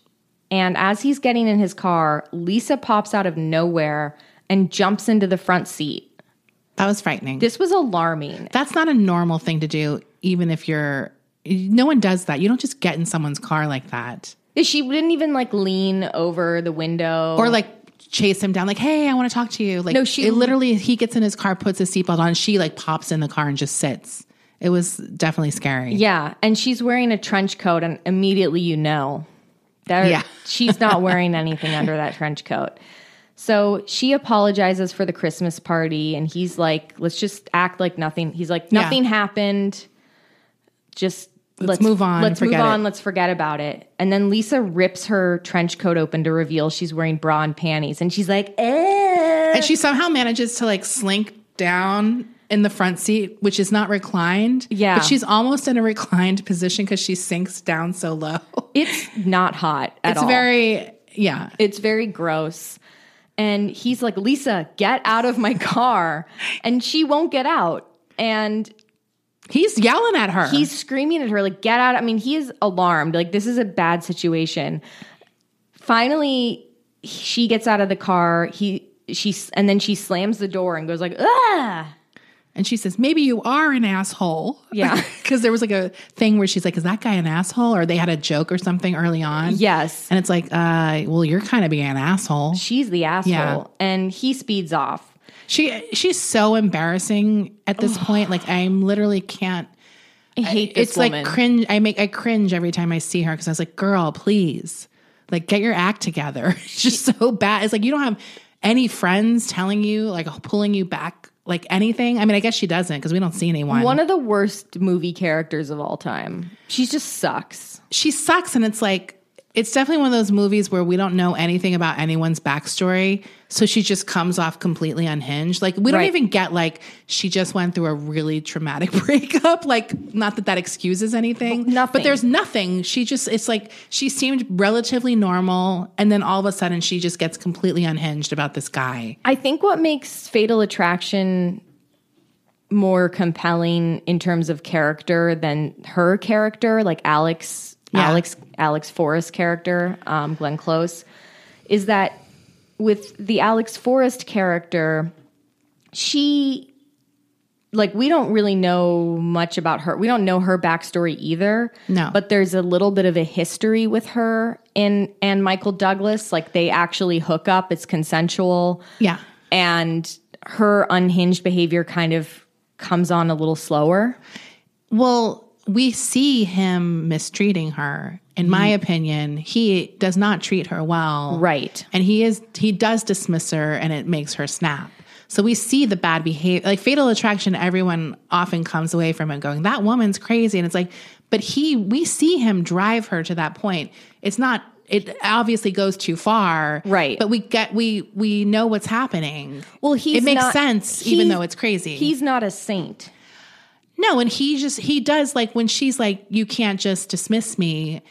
S1: and as he's getting in his car lisa pops out of nowhere and jumps into the front seat
S2: That was frightening.
S1: this was alarming
S2: That's not a normal thing to do, even if you're. No one does that. You don't just get in someone's car like that,
S1: she didn't even like lean over the window
S2: or like chase him down. Like, hey, I want to talk to you. Like,
S1: No, she-
S2: it literally. He gets in his car, puts his seatbelt on. She like pops in the car and just sits. It was definitely scary.
S1: Yeah, and she's wearing a trench coat, and immediately you know that
S2: Yeah.
S1: [laughs] she's not wearing anything under that trench coat. So she apologizes for the Christmas party, and he's like, "Let's just act like nothing." He's like,
S2: Yeah.
S1: "Nothing happened. Just let's,
S2: move on,
S1: Let's move
S2: forget
S1: on.
S2: it."
S1: Let's forget about it." And then Lisa rips her trench coat open to reveal she's wearing bra and panties, and she's like, "Eh."
S2: and she somehow manages to like slink down in the front seat, which is not reclined.
S1: Yeah.
S2: but she's almost in a reclined position because she sinks down so low.
S1: It's not hot at
S2: [laughs] it's
S1: all.
S2: very yeah.
S1: It's very gross. And he's like, Lisa, get out of my car. And she won't get out. And
S2: He's yelling at her.
S1: he's screaming at her, like, get out. I mean, he is alarmed. Like, this is a bad situation. Finally, she gets out of the car. He, she, and then she slams the door and goes like, ah.
S2: And she says, maybe you are an asshole. [laughs]
S1: Yeah.
S2: Because there was like a thing where she's like, is that guy an asshole? Or they had a joke or something early on.
S1: Yes.
S2: And it's like, uh, well, you're kind of being an asshole.
S1: She's the asshole.
S2: Yeah.
S1: And he speeds off.
S2: She she's so embarrassing at this point. Like I'm literally can't.
S1: I hate this
S2: it's
S1: woman.
S2: like cringe. I make I cringe every time I see her because I was like, girl, please, like get your act together. [laughs] It's just so bad. It's like you don't have any friends telling you like pulling you back like anything. I mean, I guess she doesn't because we don't see anyone.
S1: One of the worst movie characters of all time. She just sucks.
S2: she sucks and it's like it's definitely one of those movies where we don't know anything about anyone's backstory so she just comes off completely unhinged like we don't
S1: Right.
S2: even get like she just went through a really traumatic [laughs] breakup like not that that excuses anything
S1: nothing.
S2: but there's nothing she just it's like she seemed relatively normal and then all of a sudden she just gets completely unhinged about this guy
S1: I think what makes Fatal Attraction more compelling in terms of character than her character, like Alex,
S2: Yeah.
S1: Alex Alex Forrest character, um, Glenn Close, is that with the Alex Forrest character, she like we don't really know much about her. We don't know her backstory either.
S2: No.
S1: But there's a little bit of a history with her and and Michael Douglas. Like they actually hook up. It's consensual
S2: Yeah.
S1: and her unhinged behavior kind of comes on a little slower.
S2: Well, we see him mistreating her. In my opinion, he does not treat her well.
S1: Mm-hmm. Right.
S2: And he is he does dismiss her and it makes her snap. So we see the bad behavior like fatal attraction everyone often comes away from it going that woman's crazy and it's like but he we see him drive her to that point. It's not it obviously goes too far.
S1: Right.
S2: But we get we we know what's happening.
S1: Well, he's
S2: It makes
S1: not-
S2: sense, even
S1: he's-
S2: though it's crazy.
S1: He's not a saint.
S2: No, and he just he does like when she's like, "You can't just dismiss me."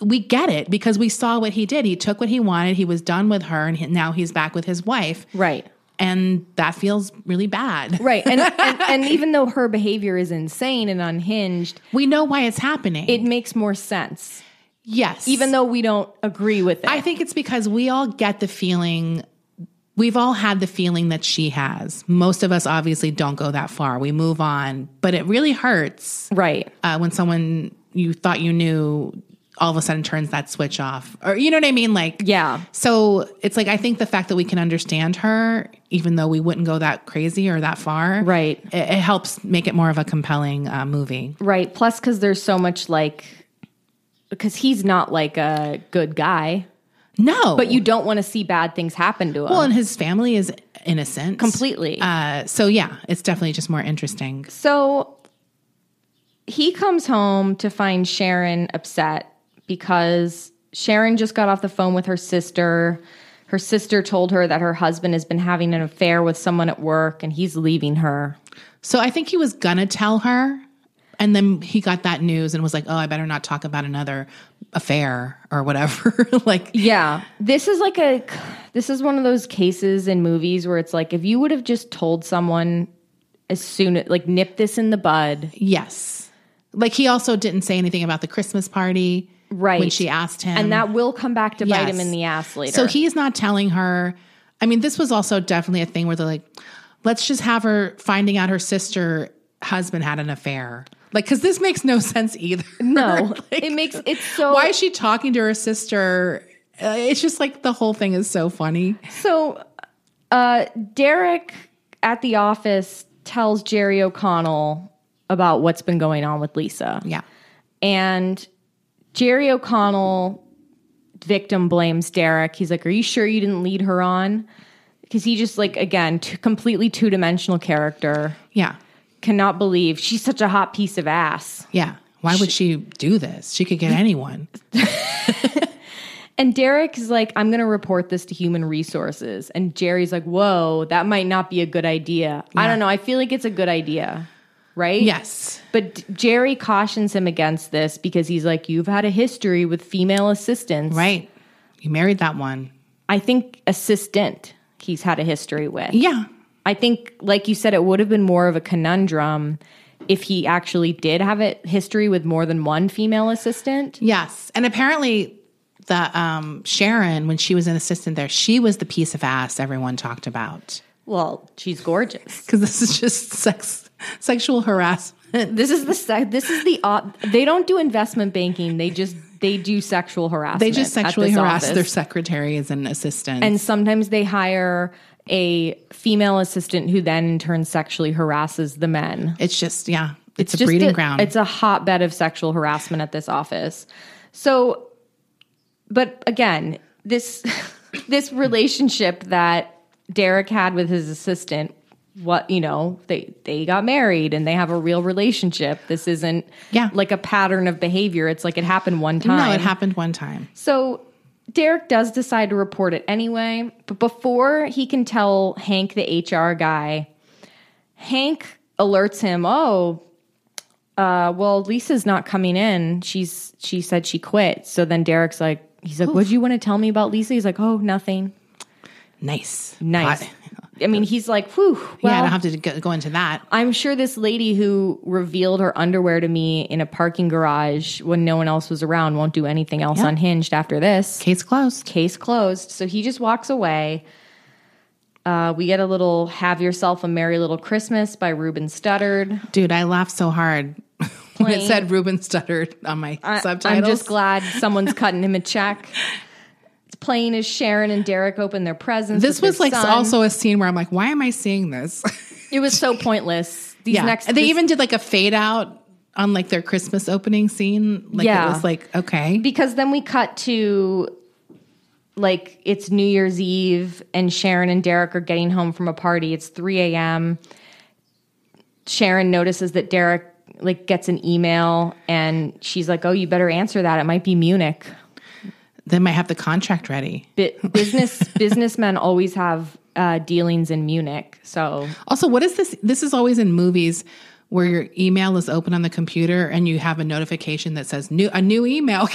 S2: We get it because we saw what he did. He took what he wanted. He was done with her, and he, now he's back with his wife,
S1: Right.
S2: and that feels really bad.
S1: Right. And, and and even though her behavior is insane and unhinged,
S2: We know why it's happening.
S1: it makes more sense.
S2: yes,
S1: Even though we don't agree with it.
S2: I think it's because we all get the feeling. We've all had the feeling that she has. Most of us obviously don't go that far. We move on, but it really hurts
S1: right.
S2: uh, when someone you thought you knew all of a sudden turns that switch off or you know what i mean like
S1: Yeah.
S2: so it's like i think the fact that we can understand her even though we wouldn't go that crazy or that far
S1: Right.
S2: it, it helps make it more of a compelling uh, movie
S1: Right. Plus cuz there's so much like because he's not like a good guy,
S2: no
S1: but you don't want to see bad things happen to him.
S2: well and his family is innocent
S1: completely.
S2: uh, so yeah it's definitely just more interesting
S1: So he comes home to find Sharon upset because Sharon just got off the phone with her sister. Her sister told her that her husband has been having an affair with someone at work and he's leaving her.
S2: so i think he was gonna tell her and then he got that news and was like oh i better not talk about another affair or whatever [laughs] like
S1: Yeah. This is like a this is one of those cases in movies where it's like if you would have just told someone as soon like nip this in the bud.
S2: Yes. Like he also didn't say anything about the Christmas party.
S1: Right.
S2: When she asked him.
S1: And that will come back to bite
S2: Yes.
S1: him in the ass later.
S2: So he's not telling her. I mean, this was also definitely a thing where they're like, let's just have her finding out her sister husband had an affair. Like, cause this makes no [laughs] sense either.
S1: no,
S2: [laughs] Like,
S1: it makes it's so
S2: why is she talking to her sister? Uh, it's just like the whole thing is so funny.
S1: So, uh, Derek at the office tells Jerry O'Connell about what's been going on with Lisa.
S2: Yeah.
S1: And Jerry O'Connell, victim, blames Derek. He's like, Are you sure you didn't lead her on? Because he just, like, again, t- completely two dimensional character.
S2: Yeah.
S1: Cannot believe she's such a hot piece of ass.
S2: Yeah. Why would she do this? She could get anyone.
S1: And Derek is like, I'm going to report this to human resources. And Jerry's like, whoa, that might not be a good idea. I don't know. I feel like it's a good idea, right?
S2: Yes.
S1: But D- Jerry cautions him against this because he's like, you've had a history with female assistants.
S2: Right. You married that one.
S1: I think assistant he's had a history with.
S2: Yeah.
S1: I think, like you said, it would have been more of a conundrum if he actually did have a history with more than one female assistant.
S2: Yes, and apparently the um, Sharon, when she was an assistant there, she was the piece of ass everyone talked about
S1: Well, she's gorgeous.
S2: because this is just sex, sexual harassment.
S1: This is the sec- this is the op- they don't do investment banking. They just they do sexual harassment.
S2: They just
S1: at
S2: sexually
S1: this
S2: harass
S1: office.
S2: their secretaries and assistants.
S1: and sometimes they hire a female assistant who then in turn sexually harasses the men.
S2: it's just yeah, it's, a
S1: just
S2: breeding ground.
S1: It's a hotbed of sexual harassment at this office. So, but again, this [laughs] this relationship that Derek had with his assistant, what you know, they they got married and they have a real relationship. This isn't
S2: Yeah.
S1: like a pattern of behavior. It's like it happened one time.
S2: no, it happened one time.
S1: So Derek does decide to report it anyway, but before he can tell Hank, the HR guy, Hank alerts him, "Oh, uh, well, Lisa's not coming in. She's she said she quit." So then Derek's like, he's like, "What do you want to tell me about Lisa?" He's like, "Oh, nothing."
S2: Nice,
S1: Nice.
S2: Hot. [laughs]
S1: I mean, he's like, whew. Well,
S2: yeah, I don't have to go, go into that.
S1: I'm sure this lady who revealed her underwear to me in a parking garage when no one else was around won't do anything else unhinged after this.
S2: Case closed.
S1: Case closed. So he just walks away. Uh, we get a little "Have Yourself a Merry Little Christmas" by Ruben Studdard.
S2: Dude, I laughed so hard [laughs] when it said Ruben stuttered on my
S1: I- I'm
S2: subtitles.
S1: just glad someone's cutting him a check. It's plain as Sharon and Derek open their presents. with
S2: This
S1: their
S2: was like
S1: son.
S2: also a scene where I'm like, why am I seeing this? [laughs]
S1: it was so pointless. These
S2: yeah.
S1: next
S2: they
S1: this-
S2: even did like a fade out on like their Christmas opening scene. Like
S1: Yeah.
S2: it was like, okay.
S1: because then we cut to like it's New Year's Eve and Sharon and Derek are getting home from a party. It's 3 a.m. Sharon notices that Derek like gets an email and she's like, "Oh, you better answer that. It might be Munich."
S2: They might have the contract ready.
S1: Bu- business businessmen always have uh, dealings in Munich, so
S2: Also, what is this? This is always in movies where your email is open on the computer and you have a notification that says new a new email.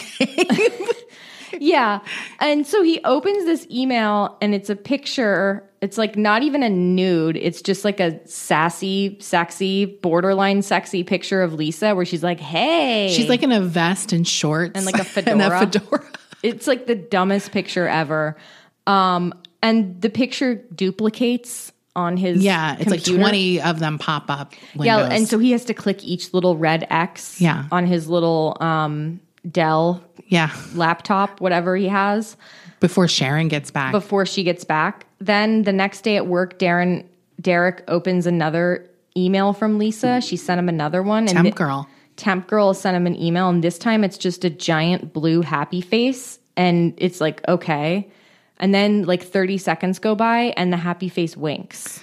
S2: [laughs]
S1: yeah. And so he opens this email and it's a picture. It's like not even a nude. It's just like a sassy, sexy, borderline sexy picture of Lisa where she's like, hey.
S2: She's like in a vest and shorts and
S1: like a
S2: [laughs] and a
S1: fedora.
S2: fedora.
S1: it's like the dumbest picture ever. Um, and the picture duplicates on his
S2: Yeah, it's like
S1: computer.
S2: twenty of them pop up.
S1: Yeah,
S2: Windows.
S1: and so he has to click each little red X
S2: Yeah.
S1: on his little um, Dell
S2: yeah,
S1: laptop, whatever he has.
S2: before Sharon gets back,
S1: before she gets back. Then the next day at work, Darren Derek opens another email from Lisa. She sent him another one. And
S2: temp
S1: thi-
S2: girl.
S1: Temp girl sent him an email, and this time it's just a giant blue happy face, and it's like okay. And then like thirty seconds go by, and the happy face winks.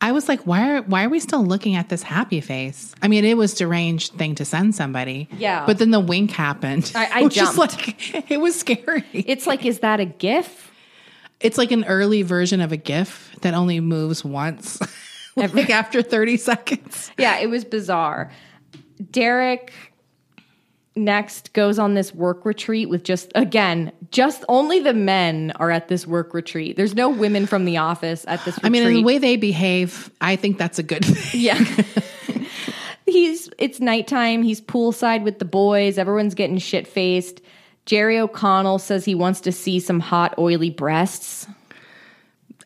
S2: I was like, why are why are we still looking at this happy face? I mean, it was deranged thing to send somebody.
S1: Yeah.
S2: but then the wink happened.
S1: I- I
S2: [laughs] It was just
S1: jumped.
S2: like [laughs] it was scary.
S1: It's like, is that a GIF?
S2: It's like an early version of a GIF that only moves once, [laughs] like after 30 seconds.
S1: yeah, it was bizarre. Derek next goes on this work retreat with just again, just only the men are at this work retreat. There's no women from the office at this retreat.
S2: [gasps] I mean, in the way they behave, I think that's a good [laughs] thing.
S1: yeah. [laughs] He's it's nighttime, he's poolside with the boys, everyone's getting shit faced. Jerry O'Connell says he wants to see some hot, oily breasts.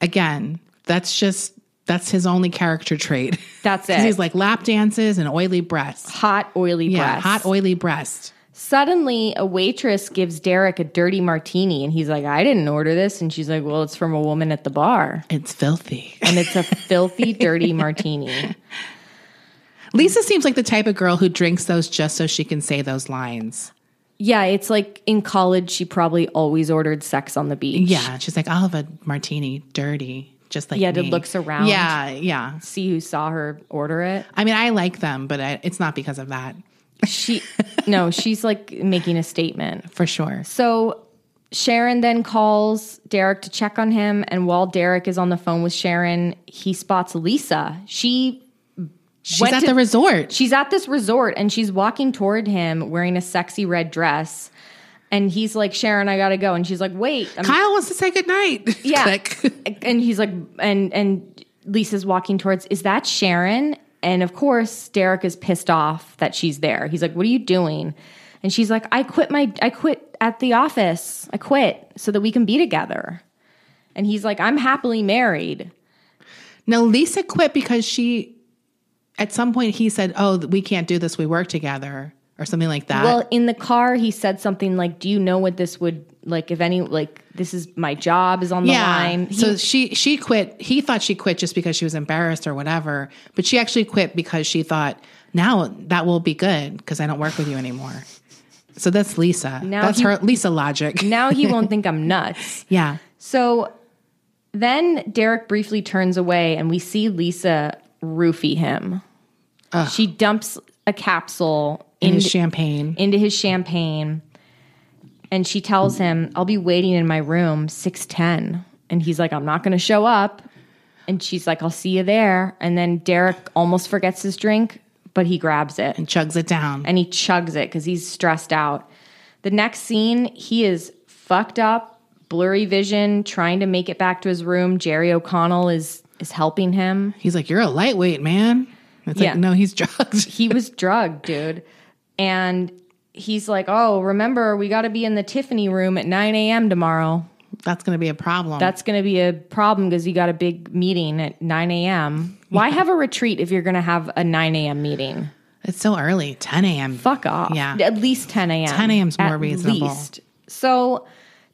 S2: Again, that's just that's his only character trait. [laughs]
S1: That's it.
S2: 'Cause He's like lap dances and oily breasts.
S1: Hot, oily
S2: Yeah,
S1: breasts.
S2: hot oily breast.
S1: Suddenly, a waitress gives Derek a dirty martini, and he's like, I didn't order this. And she's like, Well, it's from a woman at the bar.
S2: It's filthy.
S1: And it's a filthy, dirty martini.
S2: Lisa seems like the type of girl who drinks those just so she can say those lines.
S1: Yeah, it's like in college, she probably always ordered sex on the beach.
S2: Yeah, she's like, I'll have a martini, dirty, just like
S1: Yeah,
S2: me.
S1: that looks around.
S2: Yeah, yeah.
S1: See who saw her order it.
S2: I mean, I like them, but I, it's not because of that
S1: She, no, she's like making a statement.
S2: for sure.
S1: So Sharon then calls Derek to check on him. And while Derek is on the phone with Sharon, he spots Lisa. She
S2: She's
S1: went
S2: at
S1: to-
S2: the resort.
S1: She's at this resort and she's walking toward him wearing a sexy red dress. And he's like, Sharon, I gotta go. And she's like, wait. I'm,
S2: Kyle wants to say goodnight. [laughs]
S1: yeah.
S2: Click.
S1: [laughs] And he's like, and and Lisa's walking towards, is that Sharon? And of course, Derek is pissed off that she's there. He's like, what are you doing? And she's like, I quit my, I quit at the office. I quit so that we can be together. And he's like, I'm happily married.
S2: Now, Lisa quit because she, at some point, he said, Oh, we can't do this. We work together or something like that.
S1: Well, in the car, he said something like, "Do you know what this would like? If any, like this is my job is on the
S2: yeah.
S1: line." He-
S2: so she she quit. He thought she quit just because she was embarrassed or whatever, but she actually quit because she thought now that will be good because I don't work with you anymore. So that's Lisa.
S1: Now
S2: that's
S1: he-
S2: her Lisa
S1: [laughs]
S2: logic.
S1: now he won't think I'm nuts.
S2: [laughs] yeah.
S1: So then Derek briefly turns away, and we see Lisa roofie him. She dumps a capsule
S2: In his
S1: into-
S2: champagne.
S1: into his champagne, and she tells him, "I'll be waiting in my room six ten. And he's like, "I'm not going to show up." And she's like, "I'll see you there." And then Derek almost forgets his drink, but he grabs it
S2: Chugs it down.
S1: and he chugs it because he's stressed out. The next scene, he is fucked up, blurry vision, trying to make it back to his room. Jerry O'Connell is is helping him.
S2: He's like, You're a lightweight, man. It's
S1: Yeah.
S2: like, No, he's [laughs] drugged.
S1: He was drugged, dude. And he's like, Oh, remember, we got to be in the Tiffany room at 9 a.m. tomorrow.
S2: That's going to be a problem.
S1: That's going to be a problem because you got a big meeting at 9 a.m. Why have a retreat if you're going to have a 9 a.m. meeting?
S2: it's so early, 10 a.m.
S1: Fuck off.
S2: Yeah.
S1: At least 10 a.m.
S2: 10 a.m. is more
S1: At
S2: reasonable.
S1: So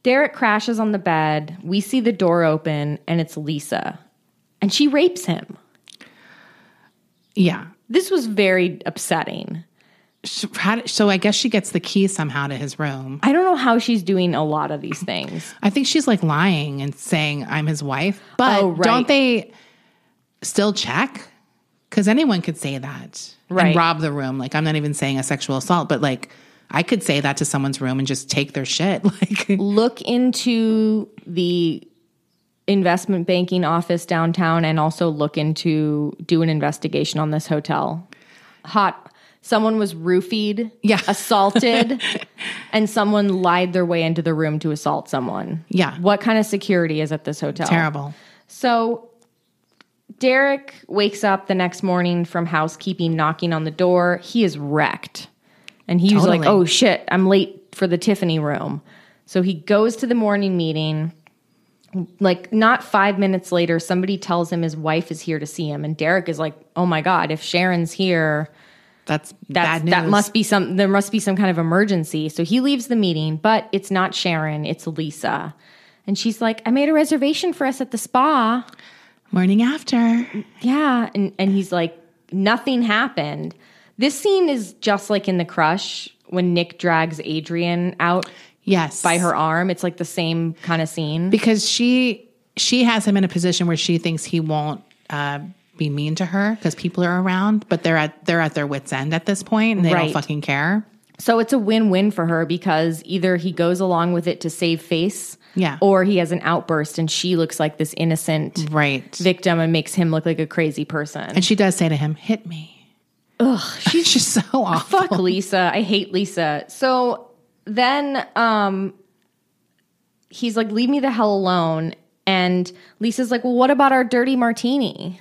S1: Derek crashes on the bed. We see the door open and it's Lisa. And she rapes him.
S2: Yeah.
S1: This was very upsetting.
S2: Sh- how did- So I guess she gets the key somehow to his room.
S1: I don't know how she's doing a lot of these things.
S2: I think she's like lying and saying I'm his wife, but
S1: Oh, right.
S2: don't they still check? Because anyone could say that
S1: Right.
S2: and rob the room. Like I'm not even saying a sexual assault, but like I could say that to someone's room and just take their shit. [laughs] Like
S1: Look into the investment banking office downtown and also look into do an investigation on this hotel. Hot someone was roofied,
S2: Yeah. [laughs]
S1: assaulted, and someone lied their way into the room to assault someone.
S2: Yeah.
S1: What kind of security is at this hotel?
S2: terrible.
S1: So Derek wakes up the next morning from housekeeping knocking on the door. He is wrecked. And he was like,
S2: Totally.
S1: oh shit, I'm late for the Tiffany room. So he goes to the morning meeting. Like, not five minutes later, somebody tells him his wife is here to see him. And Derek is like, oh my God, if Sharon's here,
S2: That's
S1: that's,
S2: bad news.
S1: that must be some there must be some kind of emergency so he leaves the meeting but it's not sharon it's lisa and she's like i made a reservation for us at the spa
S2: morning after.
S1: yeah and, and he's like nothing happened this scene is just like in the crush when nick drags adrian out
S2: Yes,
S1: by her arm it's like the same kind of scene
S2: because she she has him in a position where she thinks he won't uh, be mean to her because people are around, but they're at they're at their wits end at this point and they
S1: Right.
S2: don't fucking care.
S1: So it's a win-win for her because either he goes along with it to save face,
S2: Yeah. Mm-hmm.
S1: or he has an outburst and she looks like this innocent
S2: Right.
S1: victim and makes him look like a crazy person.
S2: And she does say to him, "Hit me." [laughs] Ugh, she's just so awful.
S1: [laughs] Fuck Lisa, I hate Lisa. So then um he's like leave me the hell alone and Lisa's like, "Well, what about our dirty
S2: [laughs]
S1: martini?"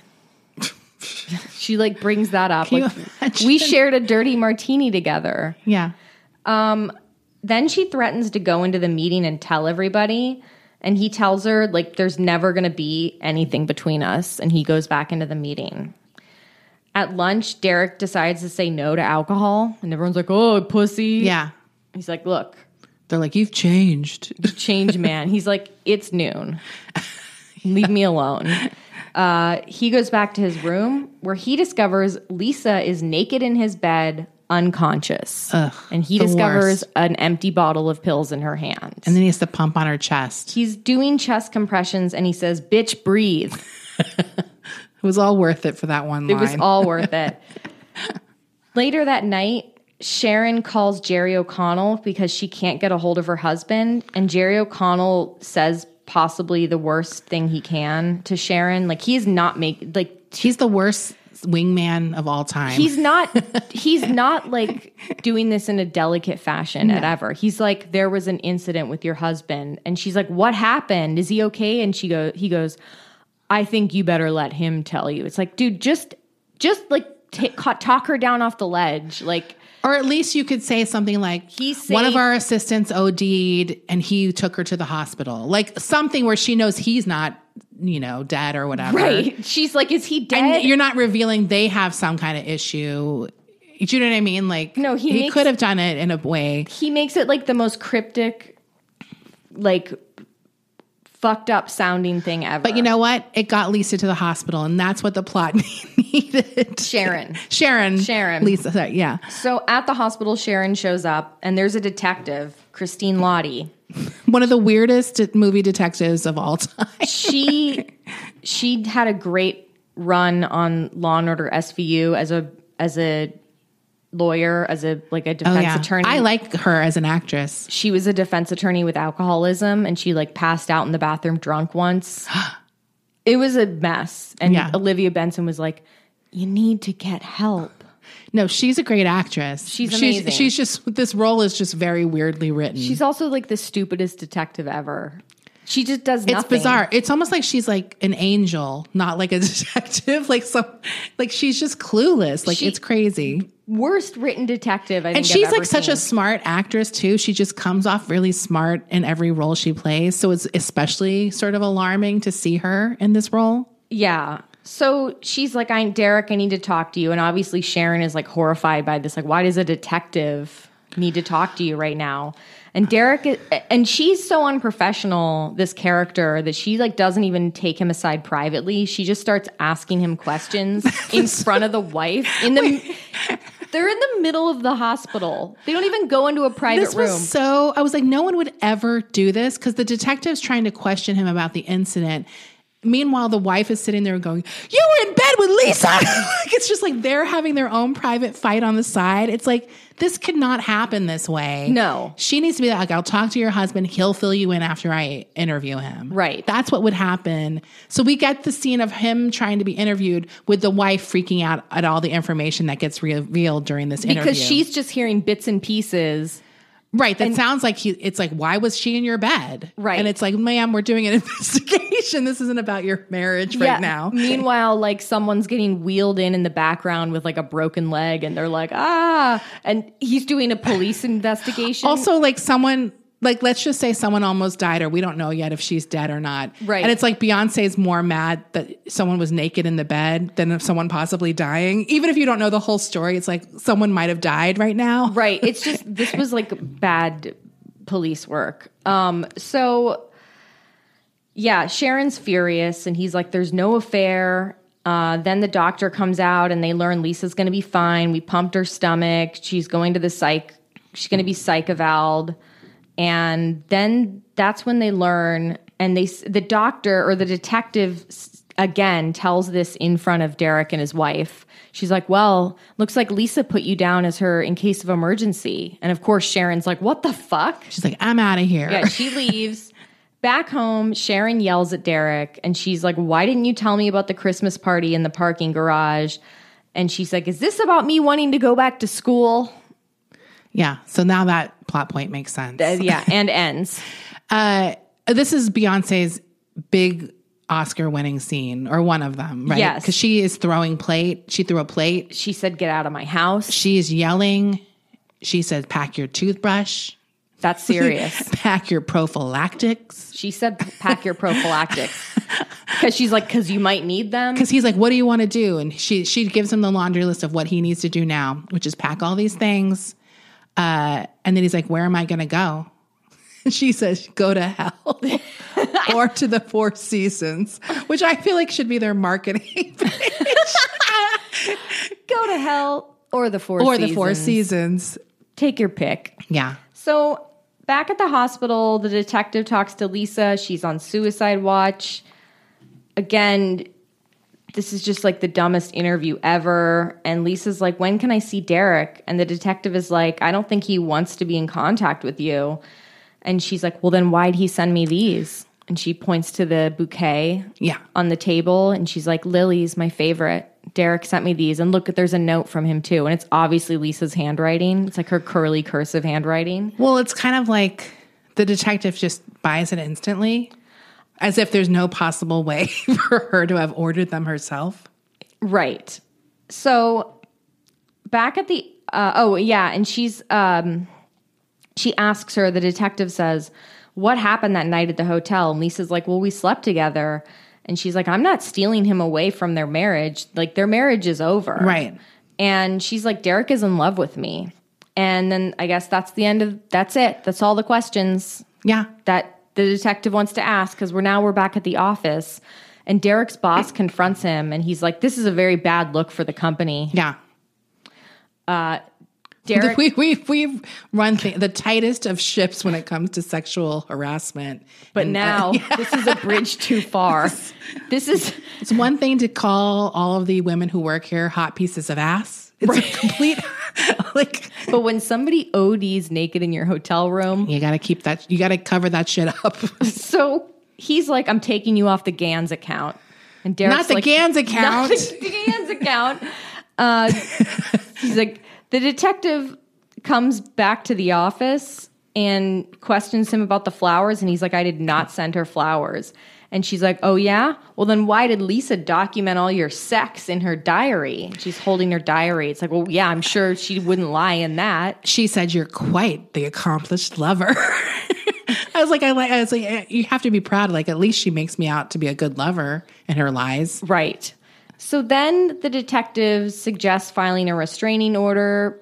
S1: she like brings that up
S2: Can you
S1: like
S2: imagine?
S1: we shared a dirty martini together.
S2: Yeah,
S1: then she threatens to go into the meeting and tell everybody and he tells her like there's never going to be anything between us and he goes back into the meeting at lunch derek decides to say no to alcohol and everyone's like oh pussy
S2: yeah.
S1: he's like look
S2: They're like, "You've changed."
S1: change man he's like it's
S2: [laughs]
S1: noon leave me alone uh, he goes back to his room where he discovers lisa is naked in his bed unconscious and he
S2: the
S1: discovers
S2: worst.
S1: an empty bottle of pills in her hand
S2: And then he has to pump on her chest.
S1: he's doing chest compressions and he says, "Bitch, breathe." [laughs]
S2: It was all worth it for that one
S1: It
S2: line.
S1: was all worth it. Later that night, Sharon calls Jerry O'Connell because she can't get a hold of her husband, and Jerry O'Connell says possibly the worst thing he can to Sharon. Like he is not make like
S2: he's the worst wingman of all time.
S1: he's not
S2: [laughs]
S1: he's not like doing this in a delicate fashion at ever he's like there was an incident with your husband and she's like what happened is he okay and she go he goes i think you better let him tell you it's like dude just just like t- ca- talk her down off the ledge like
S2: or at least you could say something like,
S1: He
S2: one of
S1: saved-
S2: our assistants OD'd and he took her to the hospital." Like something where she knows he's not, you know, dead or whatever.
S1: right [laughs] she's like is he dead
S2: And you're not revealing they have some kind of issue. Do you know what I mean? Like,
S1: No, he makes-
S2: could have done it in a way.
S1: he makes it like the most cryptic like fucked up sounding thing ever
S2: But you know what? It got Lisa to the hospital, and that's what the plot [laughs] needed.
S1: sharon
S2: Sharon.
S1: Sharon.
S2: Lisa. Sorry, yeah.
S1: So at the hospital, Sharon shows up, and there's a detective, Christine Lottie.
S2: One of the weirdest de- movie detectives of all [laughs] time. [laughs]
S1: She she had a great run on Law and Order SVU as a as a lawyer, as a like a defense attorney.
S2: Oh, I like her as an actress.
S1: she was a defense attorney with alcoholism, and she like passed out in the bathroom drunk
S2: [gasps]
S1: once. it was a mess, and
S2: Yeah.
S1: Olivia Benson was like, "You need to get help."
S2: No, she's a great actress.
S1: She's amazing.
S2: She's, just this role is just very weirdly written.
S1: She's also like the stupidest detective ever. She just does nothing.
S2: It's bizarre. It's almost like she's like an angel, not like a [laughs] detective. like some, like she's just clueless. Like
S1: She-
S2: it's crazy.
S1: Worst written detective I
S2: And
S1: think I've
S2: she's
S1: ever
S2: like such
S1: seen.
S2: a smart actress too. She just comes off really smart in every role she plays. So it's especially sort of alarming to see her in this role.
S1: Yeah. So she's like, I Derek, I need to talk to you. And obviously Sharon is like horrified by this. Like, why does a detective need to talk to you right now? And Derek is, and she's so unprofessional, this character, that she like doesn't even take him aside privately. She just starts asking him
S2: [laughs]
S1: questions in front of the wife. In the they're in the middle of the hospital. They don't even go into a private
S2: This
S1: room.
S2: was so. I was like, no one would ever do this because the detective's trying to question him about the incident. Meanwhile, the wife is sitting there going, "You were in bed with Lisa." [laughs] like it's just like they're having their own private fight on the side. It's like this could not happen this way.
S1: No.
S2: she needs to be like, "I'll talk to your husband. He'll fill you in after I interview him."
S1: Right.
S2: That's what would happen. So we get the scene of him trying to be interviewed with the wife freaking out at all the information that gets revealed during this interview
S1: because she's just hearing bits and pieces.
S2: Right. That sounds like he, it's like, why was she in your bed?
S1: Right.
S2: And it's like, ma'am, we're doing an [laughs] investigation. This isn't about your marriage right now. [laughs]
S1: Meanwhile, like someone's getting wheeled in in the background with like a broken leg, and they're like, ah, and he's doing a
S2: [gasps]
S1: police investigation.
S2: Also, like someone, like let's just say someone almost died, or we don't know yet if she's dead or not.
S1: Right.
S2: And it's like Beyonce's more mad that someone was naked in the bed than if someone possibly dying. Even if you don't know the whole story, it's like someone might have died right now.
S1: right? It's just this was like bad police work. Um, so yeah, Sharon's furious, and he's like, "There's no affair." Uh, then the doctor comes out, and they learn Lisa's going to be fine. We pumped her stomach. She's going to the psych. She's going to be psych evaled. and then that's when they learn. And they s- the doctor or the detective s- again tells this in front of Derek and his wife. She's like, "Well, looks like Lisa put you down as her in case of emergency." And of course, Sharon's like, "What the fuck?"
S2: She's like, I'm out of here.
S1: Yeah, she leaves. Back home, Sharon yells at Derek and she's like, Why didn't you tell me about the Christmas party in the parking garage? And she's like, Is this about me wanting to go back to school?
S2: Yeah. So now that plot point makes sense.
S1: Uh, yeah, [laughs] and ends.
S2: uh, this is Beyonce's big Oscar winning scene, or one of them, right?
S1: Yes.
S2: Because she is throwing plate. She threw a plate.
S1: She said, Get out of my house.
S2: She is yelling. She said, pack your toothbrush, [laughs]
S1: That's serious.
S2: pack your prophylactics.
S1: she said, Pack your
S2: [laughs]
S1: prophylactics. Because she's like, Because you might need them.
S2: Because he's like, what do you want to do? And she, she gives him the laundry list of what he needs to do now, which is pack all these things. Uh, and then he's like, where am I going to go? [laughs] She says, go to hell [laughs] or to the Four Seasons, which I feel like should be their marketing. [laughs]
S1: Go to hell or the four
S2: or
S1: seasons.
S2: the Four Seasons.
S1: Take your pick.
S2: Yeah.
S1: So back at the hospital, the detective talks to Lisa. She's on suicide watch. Again, this is just like the dumbest interview ever. And Lisa's like, When can I see Derek? And the detective is like, I don't think he wants to be in contact with you. And she's like, Well, then why'd he send me these? And she points to the bouquet
S2: Yeah.
S1: on the table and she's like, Lily's my favorite. Derek sent me these. And look, there's a note from him too. And it's obviously Lisa's handwriting. It's like her curly, cursive handwriting.
S2: Well, it's kind of like the detective just buys it instantly, as if there's no possible way [laughs] for her to have ordered them herself.
S1: Right. So back at the uh, oh yeah, and she's um she asks her, the detective says, What happened that night at the hotel? And Lisa's like, Well, we slept together. And she's like, I'm not stealing him away from their marriage. Like their marriage is over.
S2: Right.
S1: And she's like, Derek is in love with me. And then I guess that's the end of that's it. That's all the questions
S2: Yeah.
S1: that the detective wants to ask because we're now we're back at the office and derek's boss confronts him and he's like this is a very bad look for the company
S2: Yeah.
S1: derek
S2: [laughs] we we we run th- the tightest of ships when it comes to sexual harassment.
S1: but
S2: And, uh,
S1: now
S2: [laughs] yeah.
S1: this is a bridge too
S2: [laughs]
S1: far this is
S2: it's one thing to call all of the women who work here hot pieces of ass. It's a complete [laughs] like
S1: but when somebody od's naked in your hotel room
S2: you got to keep that you got to cover that shit [laughs] up.
S1: so he's like i'm taking you off the gans account and derek's
S2: Not the
S1: like,
S2: Gans
S1: not
S2: account.
S1: the Gans account. Uh, he's like, the detective comes back to the office and questions him about the flowers. And he's like, I did not send her flowers. And she's like, Oh, yeah? Well, then why did Lisa document all your sex in her diary? And she's holding her diary. It's like, Well, yeah, I'm sure she wouldn't lie in that.
S2: She said, "You're quite the accomplished lover." [laughs] I was like, I like, I was like, eh, you have to be proud. Like, at least she makes me out to be a good lover in her lies.
S1: Right. So then the detective suggests filing a restraining order.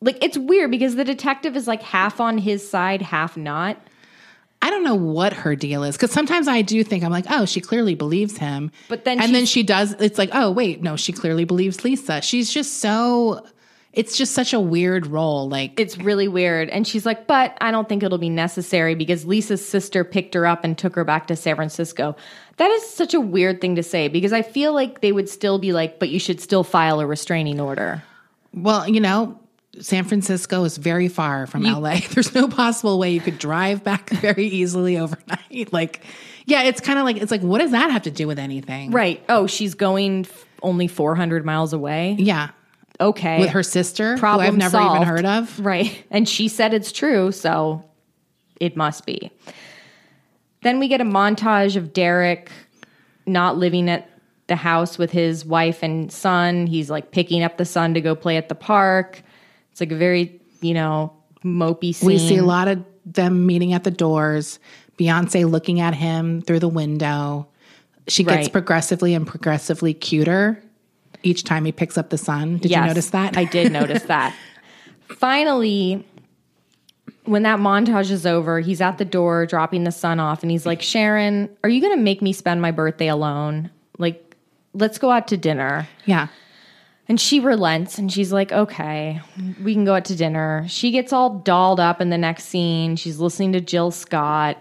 S1: Like, it's weird because the detective is like half on his side, half not.
S2: I don't know what her deal is because sometimes I do think I'm like, oh, she clearly believes him,
S1: But then
S2: and
S1: she-
S2: then she does. It's like, oh, wait, no, she clearly believes Lisa. She's just so. It's just such a weird role. Like,
S1: It's really weird. And she's like, but I don't think it'll be necessary because Lisa's sister picked her up and took her back to San Francisco. That is such a weird thing to say because I feel like they would still be like, but you should still file a restraining order.
S2: well, you know. San Francisco is very far from LA. [laughs] There's no possible way you could drive back [laughs] very easily overnight. [laughs] Like, yeah, it's kind of like, it's like, what does that have to do with anything?
S1: Right. Oh, she's going f- only 400 miles away.
S2: Yeah.
S1: Okay.
S2: with her sister, who I've
S1: Eh, Problem
S2: never
S1: solved.
S2: even heard of.
S1: Right. And she said it's true, so it must be. Then we get a montage of Derek not living at the house with his wife and son. He's like picking up the son to go play at the park. It's like a very, you know, mopey scene.
S2: We see a lot of them meeting at the doors, Beyonce looking at him through the window. She gets
S1: Right.
S2: progressively and progressively cuter each time he picks up the son. Did you
S1: Yes,
S2: notice that?
S1: I did
S2: [laughs]
S1: notice that. Finally, when that montage is over, he's at the door dropping the son off and he's like, Sharon, are you going to make me spend my birthday alone? Like, let's go out to dinner.
S2: yeah.
S1: And she relents and she's like, okay, we can go out to dinner. She gets all dolled up in the next scene. She's listening to Jill Scott.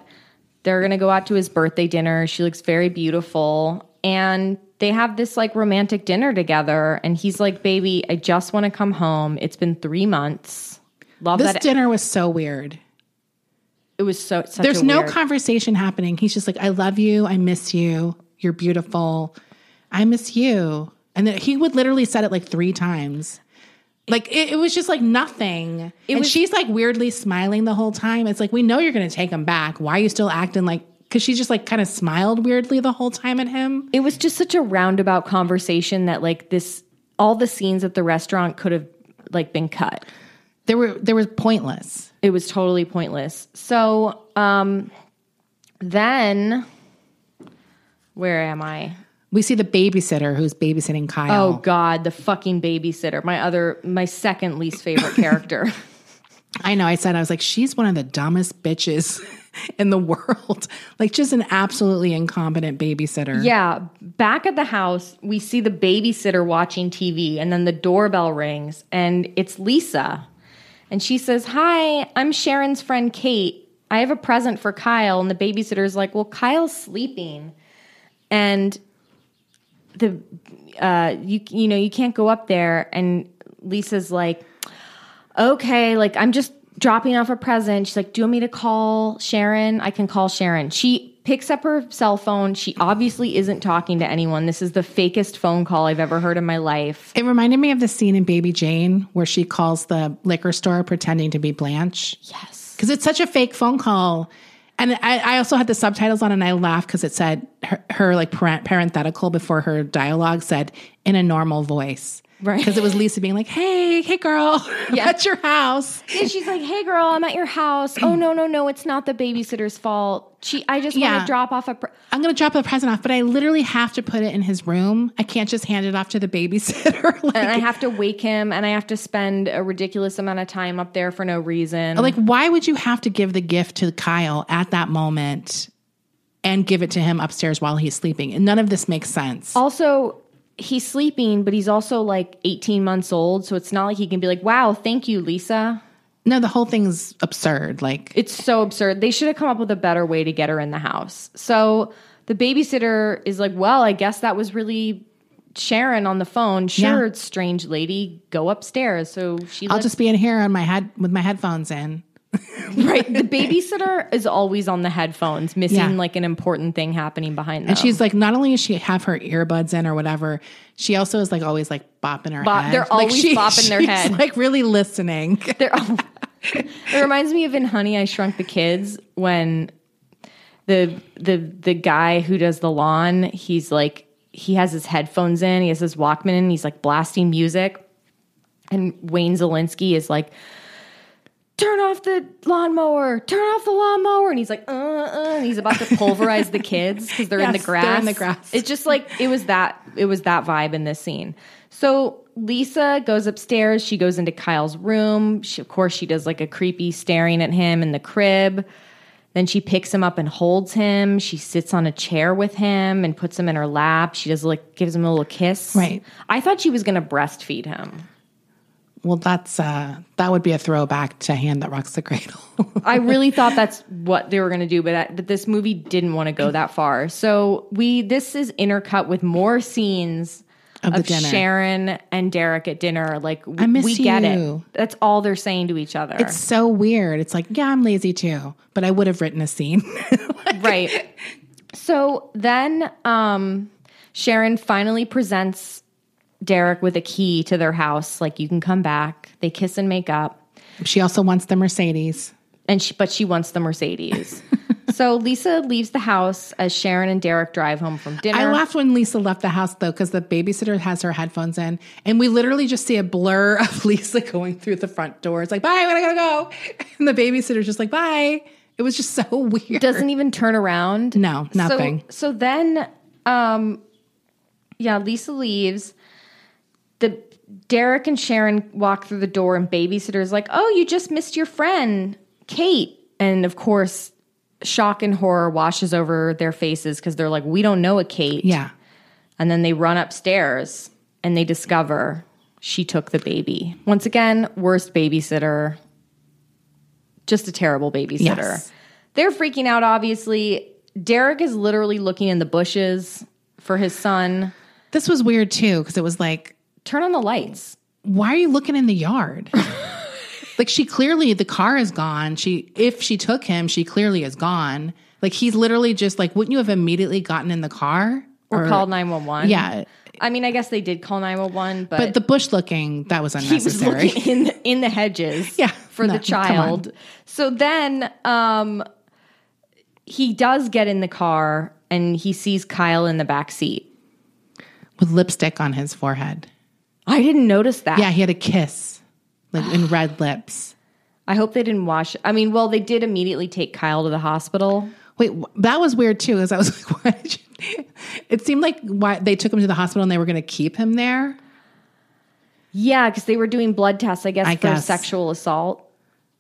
S1: They're going to go out to his birthday dinner. She looks very beautiful. And they have this like romantic dinner together. And he's like, baby, I just want to come home. It's been three months. Love
S2: This
S1: that.
S2: dinner was so weird.
S1: it was so, such
S2: There's
S1: a
S2: no
S1: weird-
S2: conversation happening. He's just like, I love you. I miss you. You're beautiful. I miss you. And then he would literally said it like three times. Like it, it was just like nothing. and she's like weirdly smiling the whole time. It's like, we know you're gonna take him back. Why are you still acting like cause she just like kind of smiled weirdly the whole time at him.
S1: it was just such a roundabout conversation that like this, all the scenes at the restaurant could have like been cut.
S2: There were there was pointless.
S1: It was totally pointless. So um, then, where am I?
S2: We see the babysitter who's babysitting Kyle.
S1: Oh God, the fucking babysitter. My other, my second least favorite character.
S2: I know. I said, I was like, she's one of the dumbest bitches [laughs] in the world. [laughs] Like, just an absolutely incompetent babysitter.
S1: yeah, back at the house, we see the babysitter watching TV, and then the doorbell rings, and it's Lisa, and she says, "Hi, I'm Sharon's friend Kate. I have a present for Kyle." And the babysitter's like, "Well, Kyle's sleeping," and the uh you you know you can't go up there and lisa's like okay like i'm just dropping off a present she's like do you want me to call sharon i can call sharon she picks up her cell phone she obviously isn't talking to anyone this is the fakest phone call i've ever heard in my
S2: [clears throat]
S1: life
S2: It reminded me of the scene in Baby Jane where she calls the liquor store pretending to be Blanche. Yes. Because it's such a fake phone call. And I, I also had the subtitles on and I laughed because it said her, her like parent, parenthetical before her dialogue said in a normal voice.
S1: Right.
S2: Because it was Lisa being like, hey, hey, girl, [laughs] I'm at your house.
S1: And she's like hey girl i'm at your house oh no no no it's not the babysitter's fault she i just want
S2: Yeah.
S1: to drop off a pre-
S2: I'm going to drop the present off, but I literally have to put it in his room. I can't just hand it off to the babysitter. [laughs] like,
S1: and i have to wake him and i have to spend a ridiculous amount of time up there for no reason
S2: like, why would you have to give the gift to Kyle at that moment and give it to him upstairs while he's sleeping? And none of this makes sense.
S1: Also, he's sleeping, but he's also like 18 months old. So it's not like he can be like, wow, thank you, Lisa.
S2: No, the whole thing's absurd. Like,
S1: It's so absurd. They should have come up with a better way to get her in the house. So the babysitter is like, well, I guess that was really Sharon on the phone. Sure,
S2: Yeah.
S1: strange lady, go upstairs. So she
S2: I'll
S1: lets-
S2: just be in here on my head with my headphones in.
S1: right. [laughs] The babysitter is always on the headphones, missing
S2: Yeah.
S1: like an important thing happening behind them.
S2: And she's like, not only does she have her earbuds in or whatever, she also is like always like bopping her
S1: Bop-
S2: head.
S1: they're
S2: Like,
S1: always bopping their
S2: she's,
S1: head.
S2: Like really listening.
S1: They're It reminds me of in Honey I Shrunk the Kids when the the the guy who does the lawn, he's like he has his headphones in, he has his Walkman in, he's like blasting music. And Wayne Zelinsky is like Turn off the lawnmower! Turn off the lawnmower! And he's like, uh, uh, and he's about to pulverize the kids because they're in the
S2: Yes, they're
S1: grass.
S2: in the grass.
S1: It's just like it was that it was that vibe in this scene. So Lisa goes upstairs, she goes into Kyle's room. She of course she does like a creepy staring at him in the crib. Then she picks him up and holds him. She sits on a chair with him and puts him in her lap. She does like gives him a little kiss.
S2: Right.
S1: I thought she was gonna breastfeed him.
S2: Well, that's uh, that would be a throwback to Hand That Rocks the Cradle. [laughs]
S1: I really thought that's what they were going to do, but I, but this movie didn't want to go that far. So we this is intercut with more scenes
S2: Of
S1: of,
S2: the dinner.
S1: Sharon and Derek at dinner. Like w-
S2: I miss
S1: we get
S2: you.
S1: it. That's all they're saying to each other.
S2: it's so weird. It's like, yeah, I'm lazy too, but I would have written a scene. [laughs]
S1: right. So then um, Sharon finally presents Derek with a key to their house. Like you can come back. They kiss and make up.
S2: she also wants the Mercedes.
S1: and she, but she wants the
S2: [laughs]
S1: Mercedes. so Lisa leaves the house as Sharon and Derek drive home from dinner.
S2: I laughed when Lisa left the house though, because the babysitter has her headphones in, and we literally just see a blur [laughs] of Lisa going through the front door. It's like, bye, when I gotta go, [laughs] and the babysitter's just like, bye. It was just so [laughs] weird.
S1: Doesn't even turn around.
S2: No, nothing.
S1: So, so then, um, yeah, Lisa leaves. The Derek and Sharon walk through the door, and babysitter's like, "Oh, you just missed your friend, Kate." And of course, shock and horror washes over their faces because they're like, "We don't know a Kate."
S2: yeah,
S1: And then they run upstairs and they discover she took the baby. Once again, worst babysitter. Just a terrible babysitter.
S2: Yes.
S1: They're freaking out, obviously. Derek is literally looking in the bushes for his son.
S2: this was weird too, because it was like,
S1: Turn on the lights.
S2: why are you looking in
S1: [laughs]
S2: the yard? like she clearly the car is gone. She if she took him, she clearly is gone. Like he's literally just like, wouldn't you have immediately gotten in the car?
S1: Or, call 911.
S2: Yeah.
S1: I mean, I guess they did call 911, but,
S2: But the bush looking, that was
S1: he was
S2: unnecessary.
S1: looking in the, in the hedges
S2: [laughs] Yeah,
S1: for
S2: no,
S1: the
S2: come on.
S1: child. So then um, he does get in the car and he sees Kyle in the back seat.
S2: with lipstick on his forehead.
S1: I didn't notice that.
S2: Yeah, he had a kiss, like in red lips.
S1: I hope they didn't wash. I mean, well, they did immediately take Kyle to the hospital.
S2: Wait, wh- that was weird too. Because I was [laughs] like, why? Did you, it seemed like why they took him to the hospital and they were going to keep him there.
S1: Yeah, because they were doing blood tests, I guess,
S2: I
S1: for
S2: guess.
S1: sexual assault.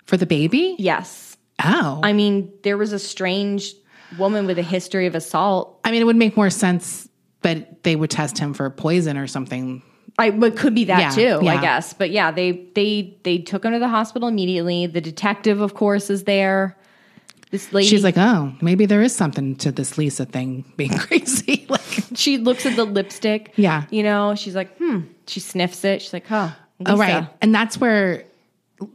S2: For the baby?
S1: Yes.
S2: Oh.
S1: I mean, there was a strange woman with a history of assault.
S2: I mean, it would make more sense, but they would test him for poison or something.
S1: I but could be that
S2: Yeah,
S1: too,
S2: yeah.
S1: I guess. But yeah, they they they took him to the hospital immediately. The detective, of course, is there. This lady
S2: She's like, oh, maybe there is something to this Lisa thing being [laughs] crazy. like,
S1: she looks at the lipstick.
S2: Yeah.
S1: You know, she's like, hmm. She sniffs it. She's like, huh.
S2: oh,
S1: Lisa.
S2: right. And that's where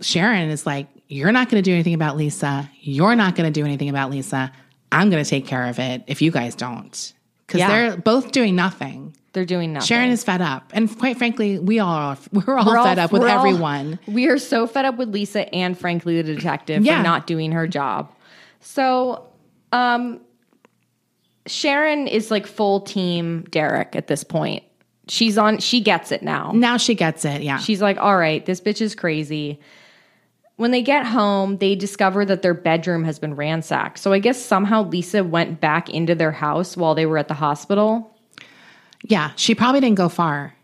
S2: Sharon is like, you're not going to do anything about Lisa. You're not going to do anything about Lisa. I'm going to take care of it if you guys don't. Because
S1: Yeah.
S2: they're both doing nothing.
S1: They're doing nothing.
S2: Sharon is fed up, and quite frankly, we all are. [laughs] We're all
S1: We're all-
S2: fed up with
S1: we're all-
S2: everyone.
S1: we are so fed up with Lisa and frankly the detective
S2: Yeah.
S1: for not doing her job. So, um, Sharon is like full team Derek at this point. She's on. She gets it now.
S2: Now she gets it. Yeah,
S1: She's like, all right, this bitch is crazy. When they get home, they discover that their bedroom has been ransacked. So I guess somehow Lisa went back into their house while they were at the hospital.
S2: yeah. She probably didn't go far.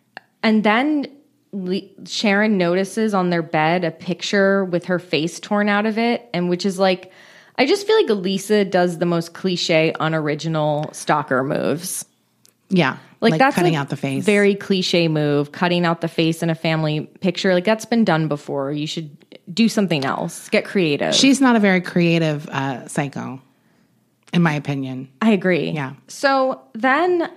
S1: And then Le- Sharon notices on their bed a picture with her face torn out of it, and which is like, I just feel like Lisa does the most cliche, unoriginal stalker moves.
S2: Yeah,
S1: Like, that's
S2: cutting
S1: like,
S2: out the face.
S1: Very cliche move, cutting out the face in a family picture. Like that's been done before. You should do something else. Get creative.
S2: She's not a very creative uh, psycho, in my opinion.
S1: I agree.
S2: Yeah.
S1: So then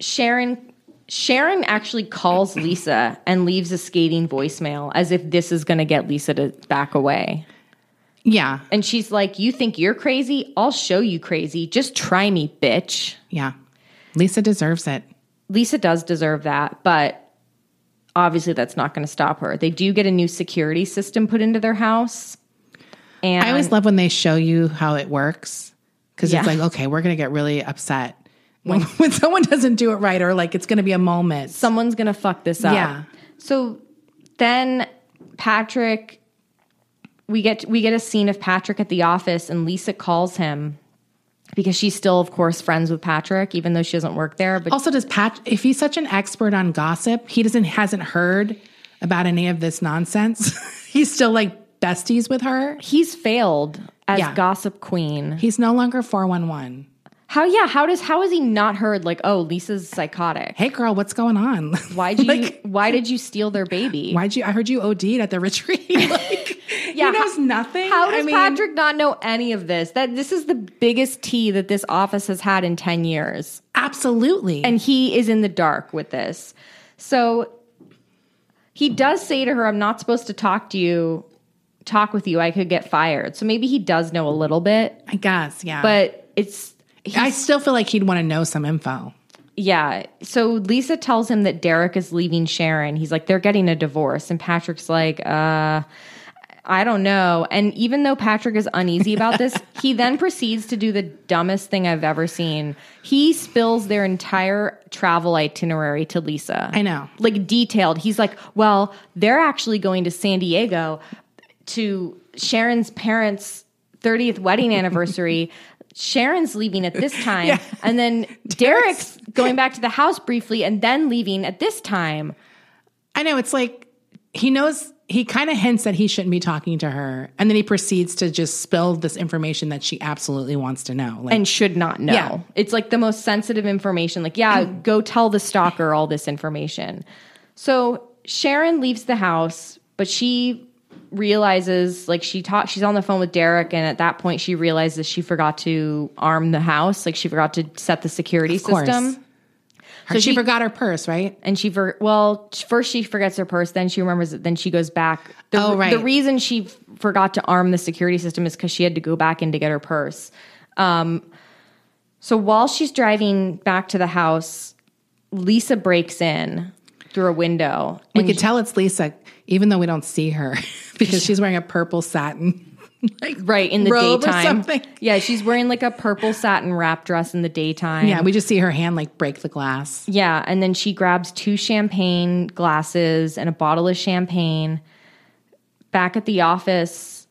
S1: Sharon Sharon actually calls Lisa and leaves a skating voicemail as if this is going to get Lisa to back away.
S2: Yeah,
S1: And she's like, "You think you're crazy? I'll show you crazy. Just try me, bitch."
S2: yeah. Lisa deserves it.
S1: Lisa does deserve that, but obviously that's not going to stop her. They do get a new security system put into their house. And
S2: I always love when they show you how it works because
S1: Yeah.
S2: it's like, okay, we're going to get really upset when, [laughs] when someone doesn't do it right or like it's going to be a moment.
S1: someone's going to fuck this up.
S2: Yeah.
S1: So then Patrick we get we get a scene of Patrick at the office and Lisa calls him because she's still of course friends with Patrick even though she doesn't work there but
S2: also, does Pat, if he's such an expert on gossip, he doesn't hasn't heard about any of this nonsense. [laughs] he's still like besties with her.
S1: he's failed as
S2: Yeah.
S1: gossip queen.
S2: He's no longer 411.
S1: How yeah, how does how has he not heard like oh Lisa's psychotic?
S2: Hey girl, what's going on? [laughs]
S1: Why did you
S2: Like-
S1: why did you steal their baby?
S2: Why'd you? I heard you OD'd at the [laughs] retreat. like,
S1: Yeah,
S2: he knows
S1: how-
S2: nothing.
S1: How does
S2: I mean,
S1: Patrick not know any of this? That this is the biggest tea that this office has had in 10 years.
S2: Absolutely.
S1: And he is in the dark with this. So he does say to her, I'm not supposed to talk to you, talk with you. I could get fired. So maybe he does know a little bit,
S2: I guess, yeah.
S1: but it's
S2: I still feel like he'd want to know some info.
S1: yeah. So Lisa tells him that Derek is leaving Sharon. He's like, they're getting a divorce. And Patrick's like, uh, I don't know. And even though Patrick is uneasy about this, he then proceeds to do the dumbest thing I've ever seen. He spills their entire travel itinerary to Lisa.
S2: I know.
S1: Like detailed. He's like, well, they're actually going to San Diego to Sharon's parents' 30th wedding anniversary. [laughs] Sharon's leaving at this time. And then Derek's going back to the house briefly and then leaving at this time.
S2: I know it's like he knows he kind of hints that he shouldn't be talking to her, and then he proceeds to just spill this information that she absolutely wants to know. Like,
S1: and should not know.
S2: Yeah. Mm.
S1: It's like the most sensitive information. Like, yeah, go tell the stalker all this information. So Sharon leaves the house, but she realizes like she taught she's on the phone with Derek and at that point she realizes she forgot to arm the house like she forgot to set the security
S2: course.
S1: system
S2: her, she, forgot her purse, right?
S1: and she for, well first she forgets her purse then she remembers it then she goes back the,
S2: Oh, right.
S1: the reason she f- forgot to arm the security system is because she had to go back in to get her purse um, so while she's driving back to the house lisa breaks in through a window
S2: We
S1: and
S2: could tell it's Lisa, even though we don't see her [laughs] because she's wearing a purple satin, like
S1: right in the
S2: robe
S1: daytime
S2: or something.
S1: yeah she's wearing like a purple satin wrap dress in the daytime
S2: Yeah, we just see her hand like break the glass.
S1: Yeah, and then she grabs two champagne glasses and a bottle of champagne. Back at the office,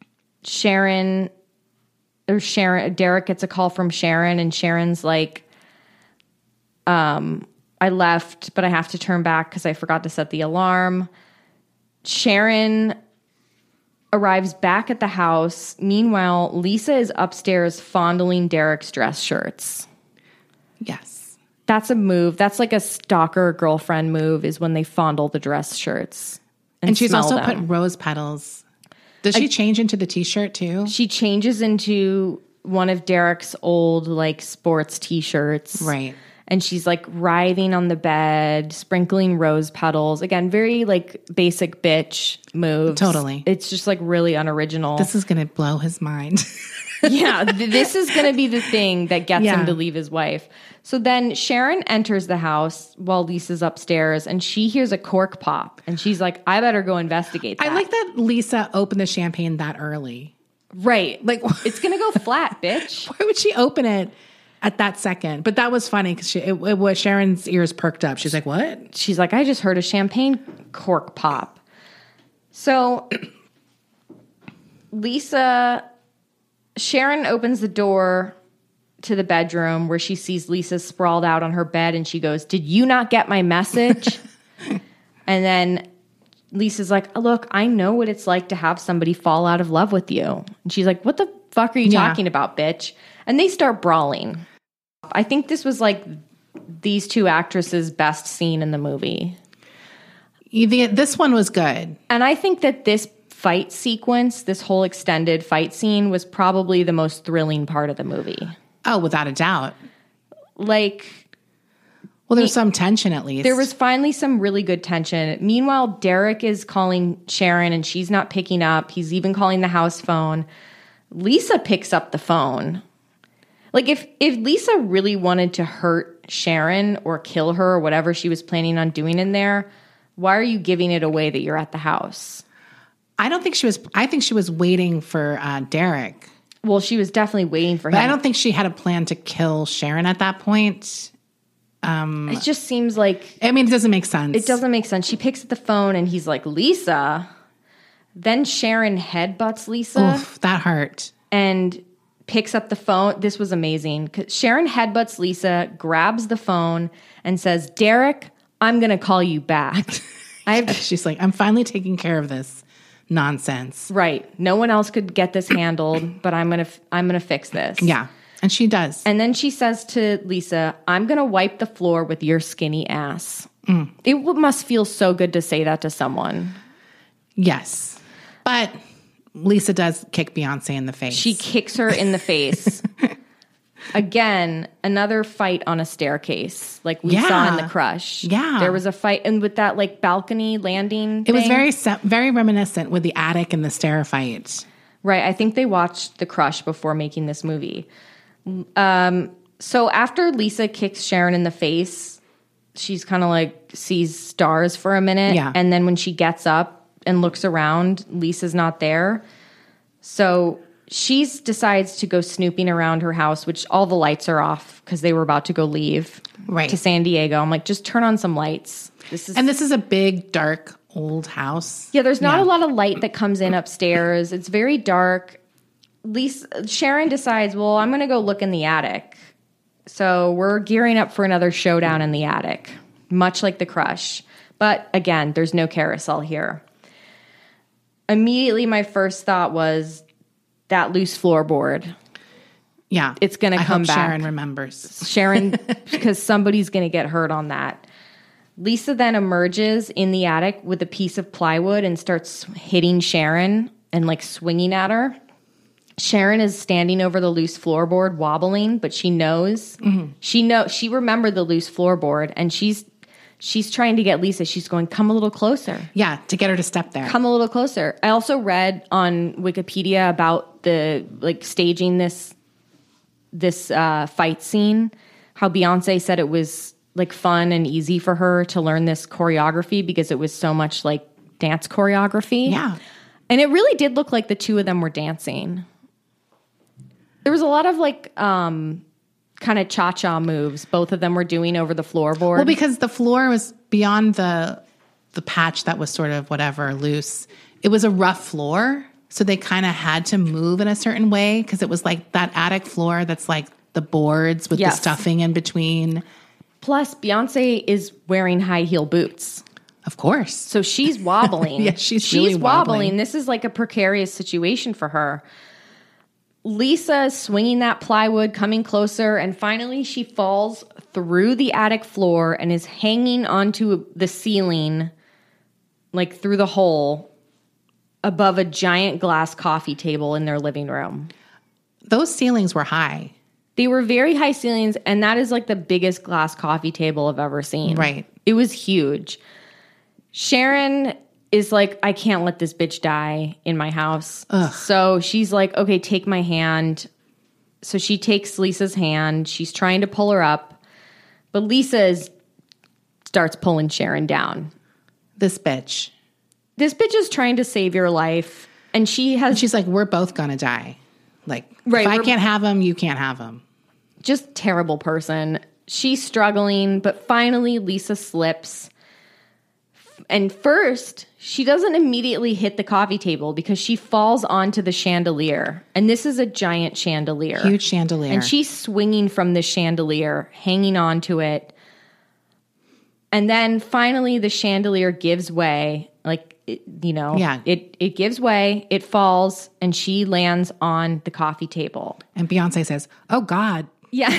S1: um, Sharon or Sharon Derek gets a call from Sharon, and Sharon's like, um, "I left, but I have to turn back because I forgot to set the alarm." Sharon arrives back at the house. Meanwhile, Lisa is upstairs fondling Derek's dress shirts.
S2: Yes,
S1: That's a move. That's like a stalker girlfriend move is when they fondle the dress shirts. And,
S2: and she's
S1: smell
S2: also
S1: them.
S2: put rose petals. Does she change into the t-shirt too?
S1: she changes into one of Derek's old like sports t-shirts.
S2: Right.
S1: And she's like writhing on the bed, sprinkling rose petals. Again, very like basic bitch moves.
S2: Totally.
S1: It's just like really unoriginal.
S2: This is gonna blow his mind. [laughs]
S1: yeah, th- this is going to be the thing that gets
S2: Yeah.
S1: him to leave his wife. So then Sharon enters the house while Lisa's upstairs and she hears a cork pop and she's like, I better go investigate that.
S2: I like that Lisa opened the champagne that early.
S1: Right. Like,
S2: Like
S1: it's going to go [laughs] flat, bitch.
S2: why would she open it at that second? But that was funny because it, it was Sharon's ears perked up. She's like, "What?"
S1: She's like, I just heard a champagne cork pop. So Lisa, Sharon opens the door to the bedroom where she sees Lisa sprawled out on her bed and she goes, Did you not get my message? and then Lisa's like, Look, I know what it's like to have somebody fall out of love with you. And she's like, What the fuck are you
S2: Yeah.
S1: talking about, bitch? And they start brawling. I think this was like these two actresses' best scene in the movie.
S2: You- the- This one was good.
S1: And I think that this fight sequence, this whole extended fight scene, was probably the most thrilling part of the movie.
S2: Oh, without a doubt.
S1: Like,
S2: Well, there's some tension at least.
S1: there was finally some really good tension. Meanwhile, Derek is calling Sharon and she's not picking up. He's even calling the house phone. Lisa picks up the phone Like if if Lisa really wanted to hurt Sharon or kill her or whatever she was planning on doing in there, why are you giving it away that you're at the house?
S2: I don't think she was. I think she was waiting for uh, Derek.
S1: Well, she was definitely waiting for him.
S2: But I don't think she had a plan to kill Sharon at that point.
S1: it just seems like
S2: I mean, it doesn't make sense.
S1: It doesn't make sense. She picks up the phone and he's like, Lisa. Then Sharon headbutts Lisa
S2: Oof, that hurt.
S1: and picks up the phone. This was amazing. 'Cause Sharon headbutts Lisa, grabs the phone, and says, Derek, I'm going to call you
S2: [laughs]
S1: back. I have,
S2: She's like, I'm finally taking care of this nonsense.
S1: right. No one else could get this handled, but I'm going to, I'm going to fix this.
S2: Yeah, and she does.
S1: And then she says to Lisa, I'm going to wipe the floor with your skinny ass.
S2: Mm.
S1: It w- must feel so good to say that to someone.
S2: yes, but Lisa does kick Beyonce in the face.
S1: She kicks her in the
S2: [laughs]
S1: face. Again, another fight on a staircase, like we saw in
S2: Yeah.
S1: the crush.
S2: Yeah.
S1: there was a fight, and with that like balcony landing,
S2: It was very se- very reminiscent with the attic and the stair fight.
S1: right. I think they watched the crush before making this movie. Um, so after Lisa kicks Sharon in the face, she's kind of like sees stars for a minute,
S2: Yeah.
S1: and then when she gets up and looks around, Lisa's not there. So she decides to go snooping around her house, which all the lights are off because they were about to go leave
S2: Right.
S1: to San Diego. I'm like, just turn on some lights. This is
S2: And this is a big, dark, old house.
S1: yeah. There's not a lot of light that comes in upstairs. It's very dark. Lisa Sharon decides, well, I'm going to go look in the attic. So we're gearing up for another showdown in the attic, much like the crush. But again, there's no carousel here. Immediately, my first thought was that loose floorboard.
S2: Yeah,
S1: It's gonna
S2: I
S1: come
S2: hope
S1: back.
S2: Sharon remembers.
S1: Sharon, because somebody's going to get hurt on that. Lisa then emerges in the attic with a piece of plywood and starts hitting Sharon and like swinging at her. Sharon is standing over the loose floorboard wobbling, but she knows. She know she remembered the loose floorboard and she's she's trying to get Lisa. She's going, "Come a little closer."
S2: Yeah, to get her to step there.
S1: come a little closer. I also read on Wikipedia about the like staging this this uh, fight scene. How Beyonce said it was like fun and easy for her to learn this choreography because it was so much like dance choreography.
S2: Yeah.
S1: and it really did look like the two of them were dancing. There was a lot of like um, kind of cha cha moves both of them were doing over the floorboard.
S2: Well, because the floor was beyond the the patch that was sort of whatever loose. It was a rough floor, so they kind of had to move in a certain way because it was like that attic floor that's like the boards with
S1: Yes.
S2: the stuffing in between.
S1: Plus, Beyonce is wearing high heel boots.
S2: Of course.
S1: So she's
S2: [laughs]
S1: wobbling.
S2: Yeah, she's really
S1: wobbling.
S2: wobbling.
S1: This is like a precarious situation for her. Lisa is swinging that plywood, coming closer, and finally she falls through the attic floor and is hanging onto the ceiling, like through the hole above a giant glass coffee table in their living room.
S2: Those ceilings were high.
S1: They were very high ceilings, and that is like the biggest glass coffee table I've ever seen.
S2: Right.
S1: It was huge. Sharon is like, I can't let this bitch die in my house. So she's like, okay, take my hand. So she takes Lisa's hand. She's trying to pull her up, but Lisa is, starts pulling Sharon down.
S2: This bitch.
S1: This bitch is trying to save your life, and she has
S2: She's like, we're both gonna die. Like,
S1: Right,
S2: if I
S1: we're-
S2: can't have him, you can't have him.
S1: just terrible person. She's struggling, but finally Lisa slips. And first, she doesn't immediately hit the coffee table because she falls onto the chandelier. And this is a giant chandelier.
S2: Huge chandelier.
S1: And she's swinging from the chandelier, hanging on to it. And then finally the chandelier gives way, like it- you know,
S2: Yeah.
S1: it it gives way, it falls and she lands on the coffee table.
S2: and Beyonce says, "Oh God."
S1: Yeah.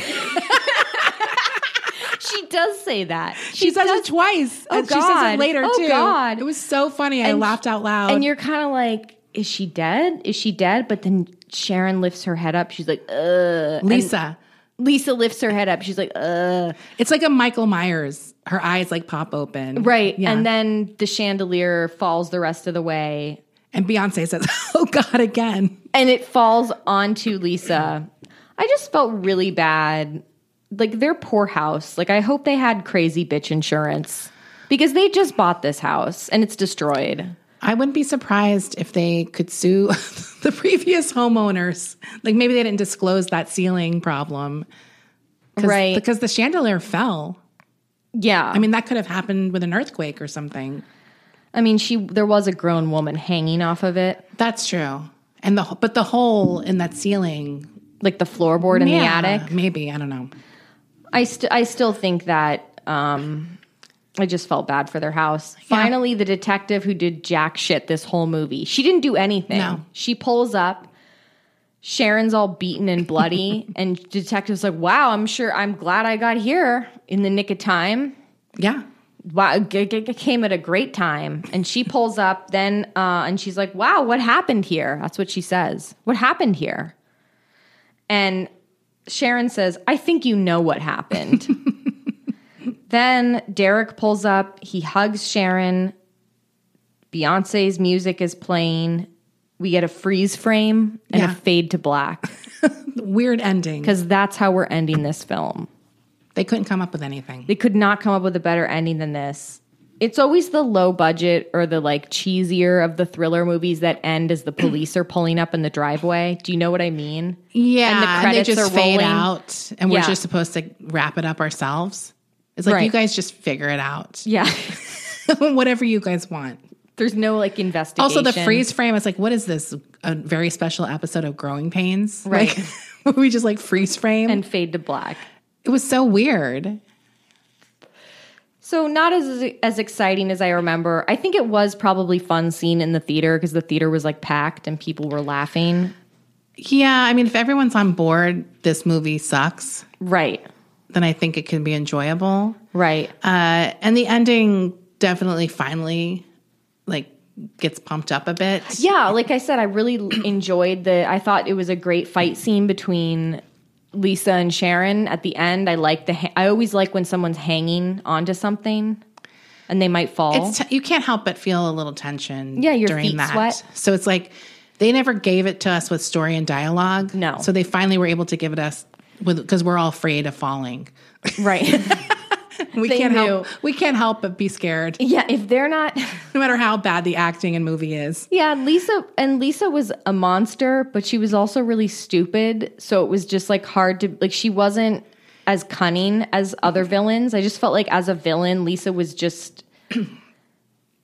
S1: she does say that.
S2: She, says it twice.
S1: Oh,
S2: and She says
S1: God.
S2: it later
S1: Oh,
S2: too.
S1: God.
S2: It was so funny. I laughed out loud.
S1: And you're kind of like, is she dead? Is she dead? But then Sharon lifts her head up. She's like, ugh.
S2: Lisa.
S1: Lisa lifts her head up. She's like, ugh.
S2: It's like a Michael Myers. Her eyes like pop open.
S1: Right.
S2: Yeah.
S1: And then the chandelier falls the rest of the way
S2: [laughs] And Beyonce says, Oh God, again.
S1: and it falls onto Lisa. I just felt really bad. Like their poor house. Like I hope they had crazy bitch insurance because they just bought this house and it's destroyed.
S2: I wouldn't be surprised if they could sue [laughs] the previous homeowners. Like maybe they didn't disclose that ceiling problem. 'Cause-
S1: Right.
S2: Because the chandelier fell.
S1: Yeah.
S2: I mean, that could have happened with an earthquake or something.
S1: I mean, she there was a grown woman hanging off of it,
S2: That's true. And the but the hole in that ceiling
S1: like the floorboard in
S2: Yeah,
S1: the attic.
S2: Maybe, I don't know.
S1: I st- I still think that um I just felt bad for their house. Finally, the detective who did jack shit this whole movie. She didn't do anything.
S2: No.
S1: She pulls up Sharon's all beaten and bloody, and detective's like, "Wow, I'm sure. I'm glad I got here in the nick of time.
S2: Yeah.
S1: wow, g- g- g- came at a great time. And she pulls up then uh, and she's like, wow, what happened here? That's what she says. What happened here? And Sharon says, I think you know what happened. then Derek pulls up, he hugs Sharon. Beyonce's music is playing. We get a freeze frame and
S2: Yeah.
S1: a fade to black
S2: Weird ending.
S1: because that's how we're ending this film.
S2: They couldn't come up with anything.
S1: They could not come up with a better ending than this. It's always the low budget or the like cheesier of the thriller movies that end as the police are pulling up in the driveway. Do you know what I mean?
S2: Yeah, and,
S1: the credits
S2: they just
S1: are
S2: fade
S1: rolling.
S2: out, and we're
S1: Yeah.
S2: just supposed to wrap it up ourselves. It's like
S1: Right.
S2: you guys just figure it out, [laughs]
S1: Yeah.
S2: whatever you guys want.
S1: [laughs] There's no like investigation.
S2: Also, the freeze frame. It's like, what is this? A very special episode of Growing Pains,
S1: Right.
S2: Like, [laughs] where we just like freeze frame.
S1: and fade to black.
S2: it was so weird.
S1: So not as as exciting as I remember. I think it was probably fun scene in the theater because the theater was like packed and people were laughing.
S2: Yeah, I mean, if everyone's on board, this movie sucks.
S1: Right.
S2: Then I think it can be enjoyable.
S1: Right.
S2: Uh, and the ending definitely finally like gets pumped up a bit.
S1: Yeah, like I said, I really l- [clears throat] enjoyed the. I thought it was a great fight scene between Lisa and Sharon at the end. I like the. Ha- I always like when someone's hanging onto something, and they might fall.
S2: It's t- you can't help but feel a little tension.
S1: Yeah, your
S2: during
S1: feet
S2: that.
S1: sweat.
S2: So it's like they never gave it to us with story and dialogue.
S1: No.
S2: So they finally were able to give it us with because we're all afraid of falling.
S1: right. [laughs]
S2: We
S1: They
S2: can't
S1: knew.
S2: help. We can't help but be scared,
S1: yeah. If they're not.
S2: no matter how bad the acting and movie is.
S1: Yeah, Lisa and Lisa was a monster, but she was also really stupid. So it was just like hard to like she wasn't as cunning as other villains. I just felt like as a villain, Lisa was just [clears throat]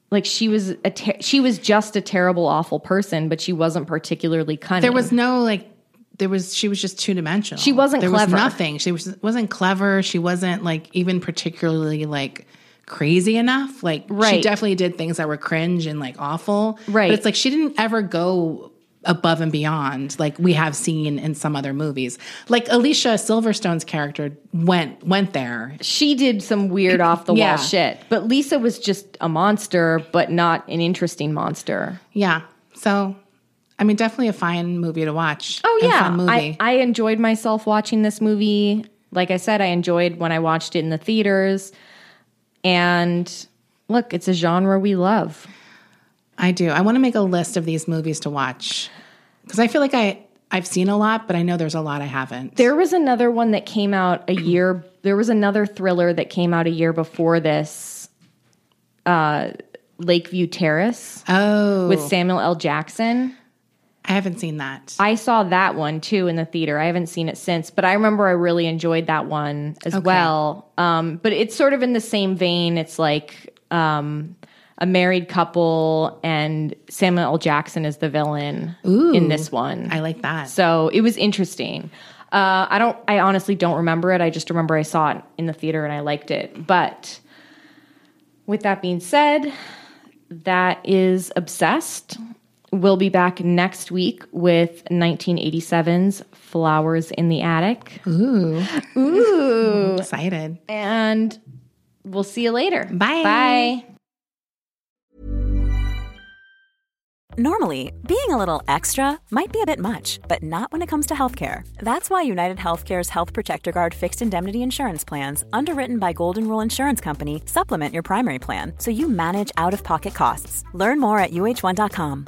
S1: like she was a ter- she was just a terrible, awful person, but she wasn't particularly cunning.
S2: There was no like. There was she was just two dimensional.
S1: She wasn't
S2: there
S1: clever.
S2: was nothing. She was wasn't clever. She wasn't like even particularly like crazy enough. Like she
S1: Right.
S2: definitely did things that were cringe and like awful.
S1: Right.
S2: But it's like she didn't ever go above and beyond like we have seen in some other movies. Like Alicia Silverstone's character went went there.
S1: she did some weird off the wall
S2: Yeah.
S1: shit, but Lisa was just a monster, but not an interesting monster.
S2: Yeah. So I mean definitely a fine movie to watch.
S1: Oh
S2: and
S1: yeah,
S2: Fun movie.
S1: I, I enjoyed myself watching this movie. Like I said, I enjoyed when I watched it in the theaters. And look, it's a genre we love.
S2: I do. I want to make a list of these movies to watch because I feel like I I've seen a lot, but I know there's a lot I haven't.
S1: There was another one that came out a year. There was another thriller that came out a year before this, uh, Lakeview Terrace
S2: oh,
S1: with Samuel L. Jackson.
S2: I haven't seen that.
S1: I saw that one too in the theater. I haven't seen it since, but I remember I really enjoyed that one as well. Um, but it's sort of in the same vein. It's like um, a married couple, and Samuel L. Jackson is the villain in this one.
S2: I like that.
S1: so it was interesting. Uh, I don't. I honestly don't remember it. I just remember I saw it in the theater and I liked it. But with that being said, that is obsessed. We'll be back next week with 1987's Flowers in the Attic.
S2: Ooh,
S1: Ooh.
S2: I'm excited.
S1: And we'll see you later.
S2: Bye.
S1: Bye.
S3: Normally, being a little extra might be a bit much, but not when it comes to healthcare. That's why United Healthcare's Health Protector Guard fixed indemnity insurance plans, underwritten by Golden Rule Insurance Company, supplement your primary plan so you manage out of pocket costs. Learn more at uh1.com.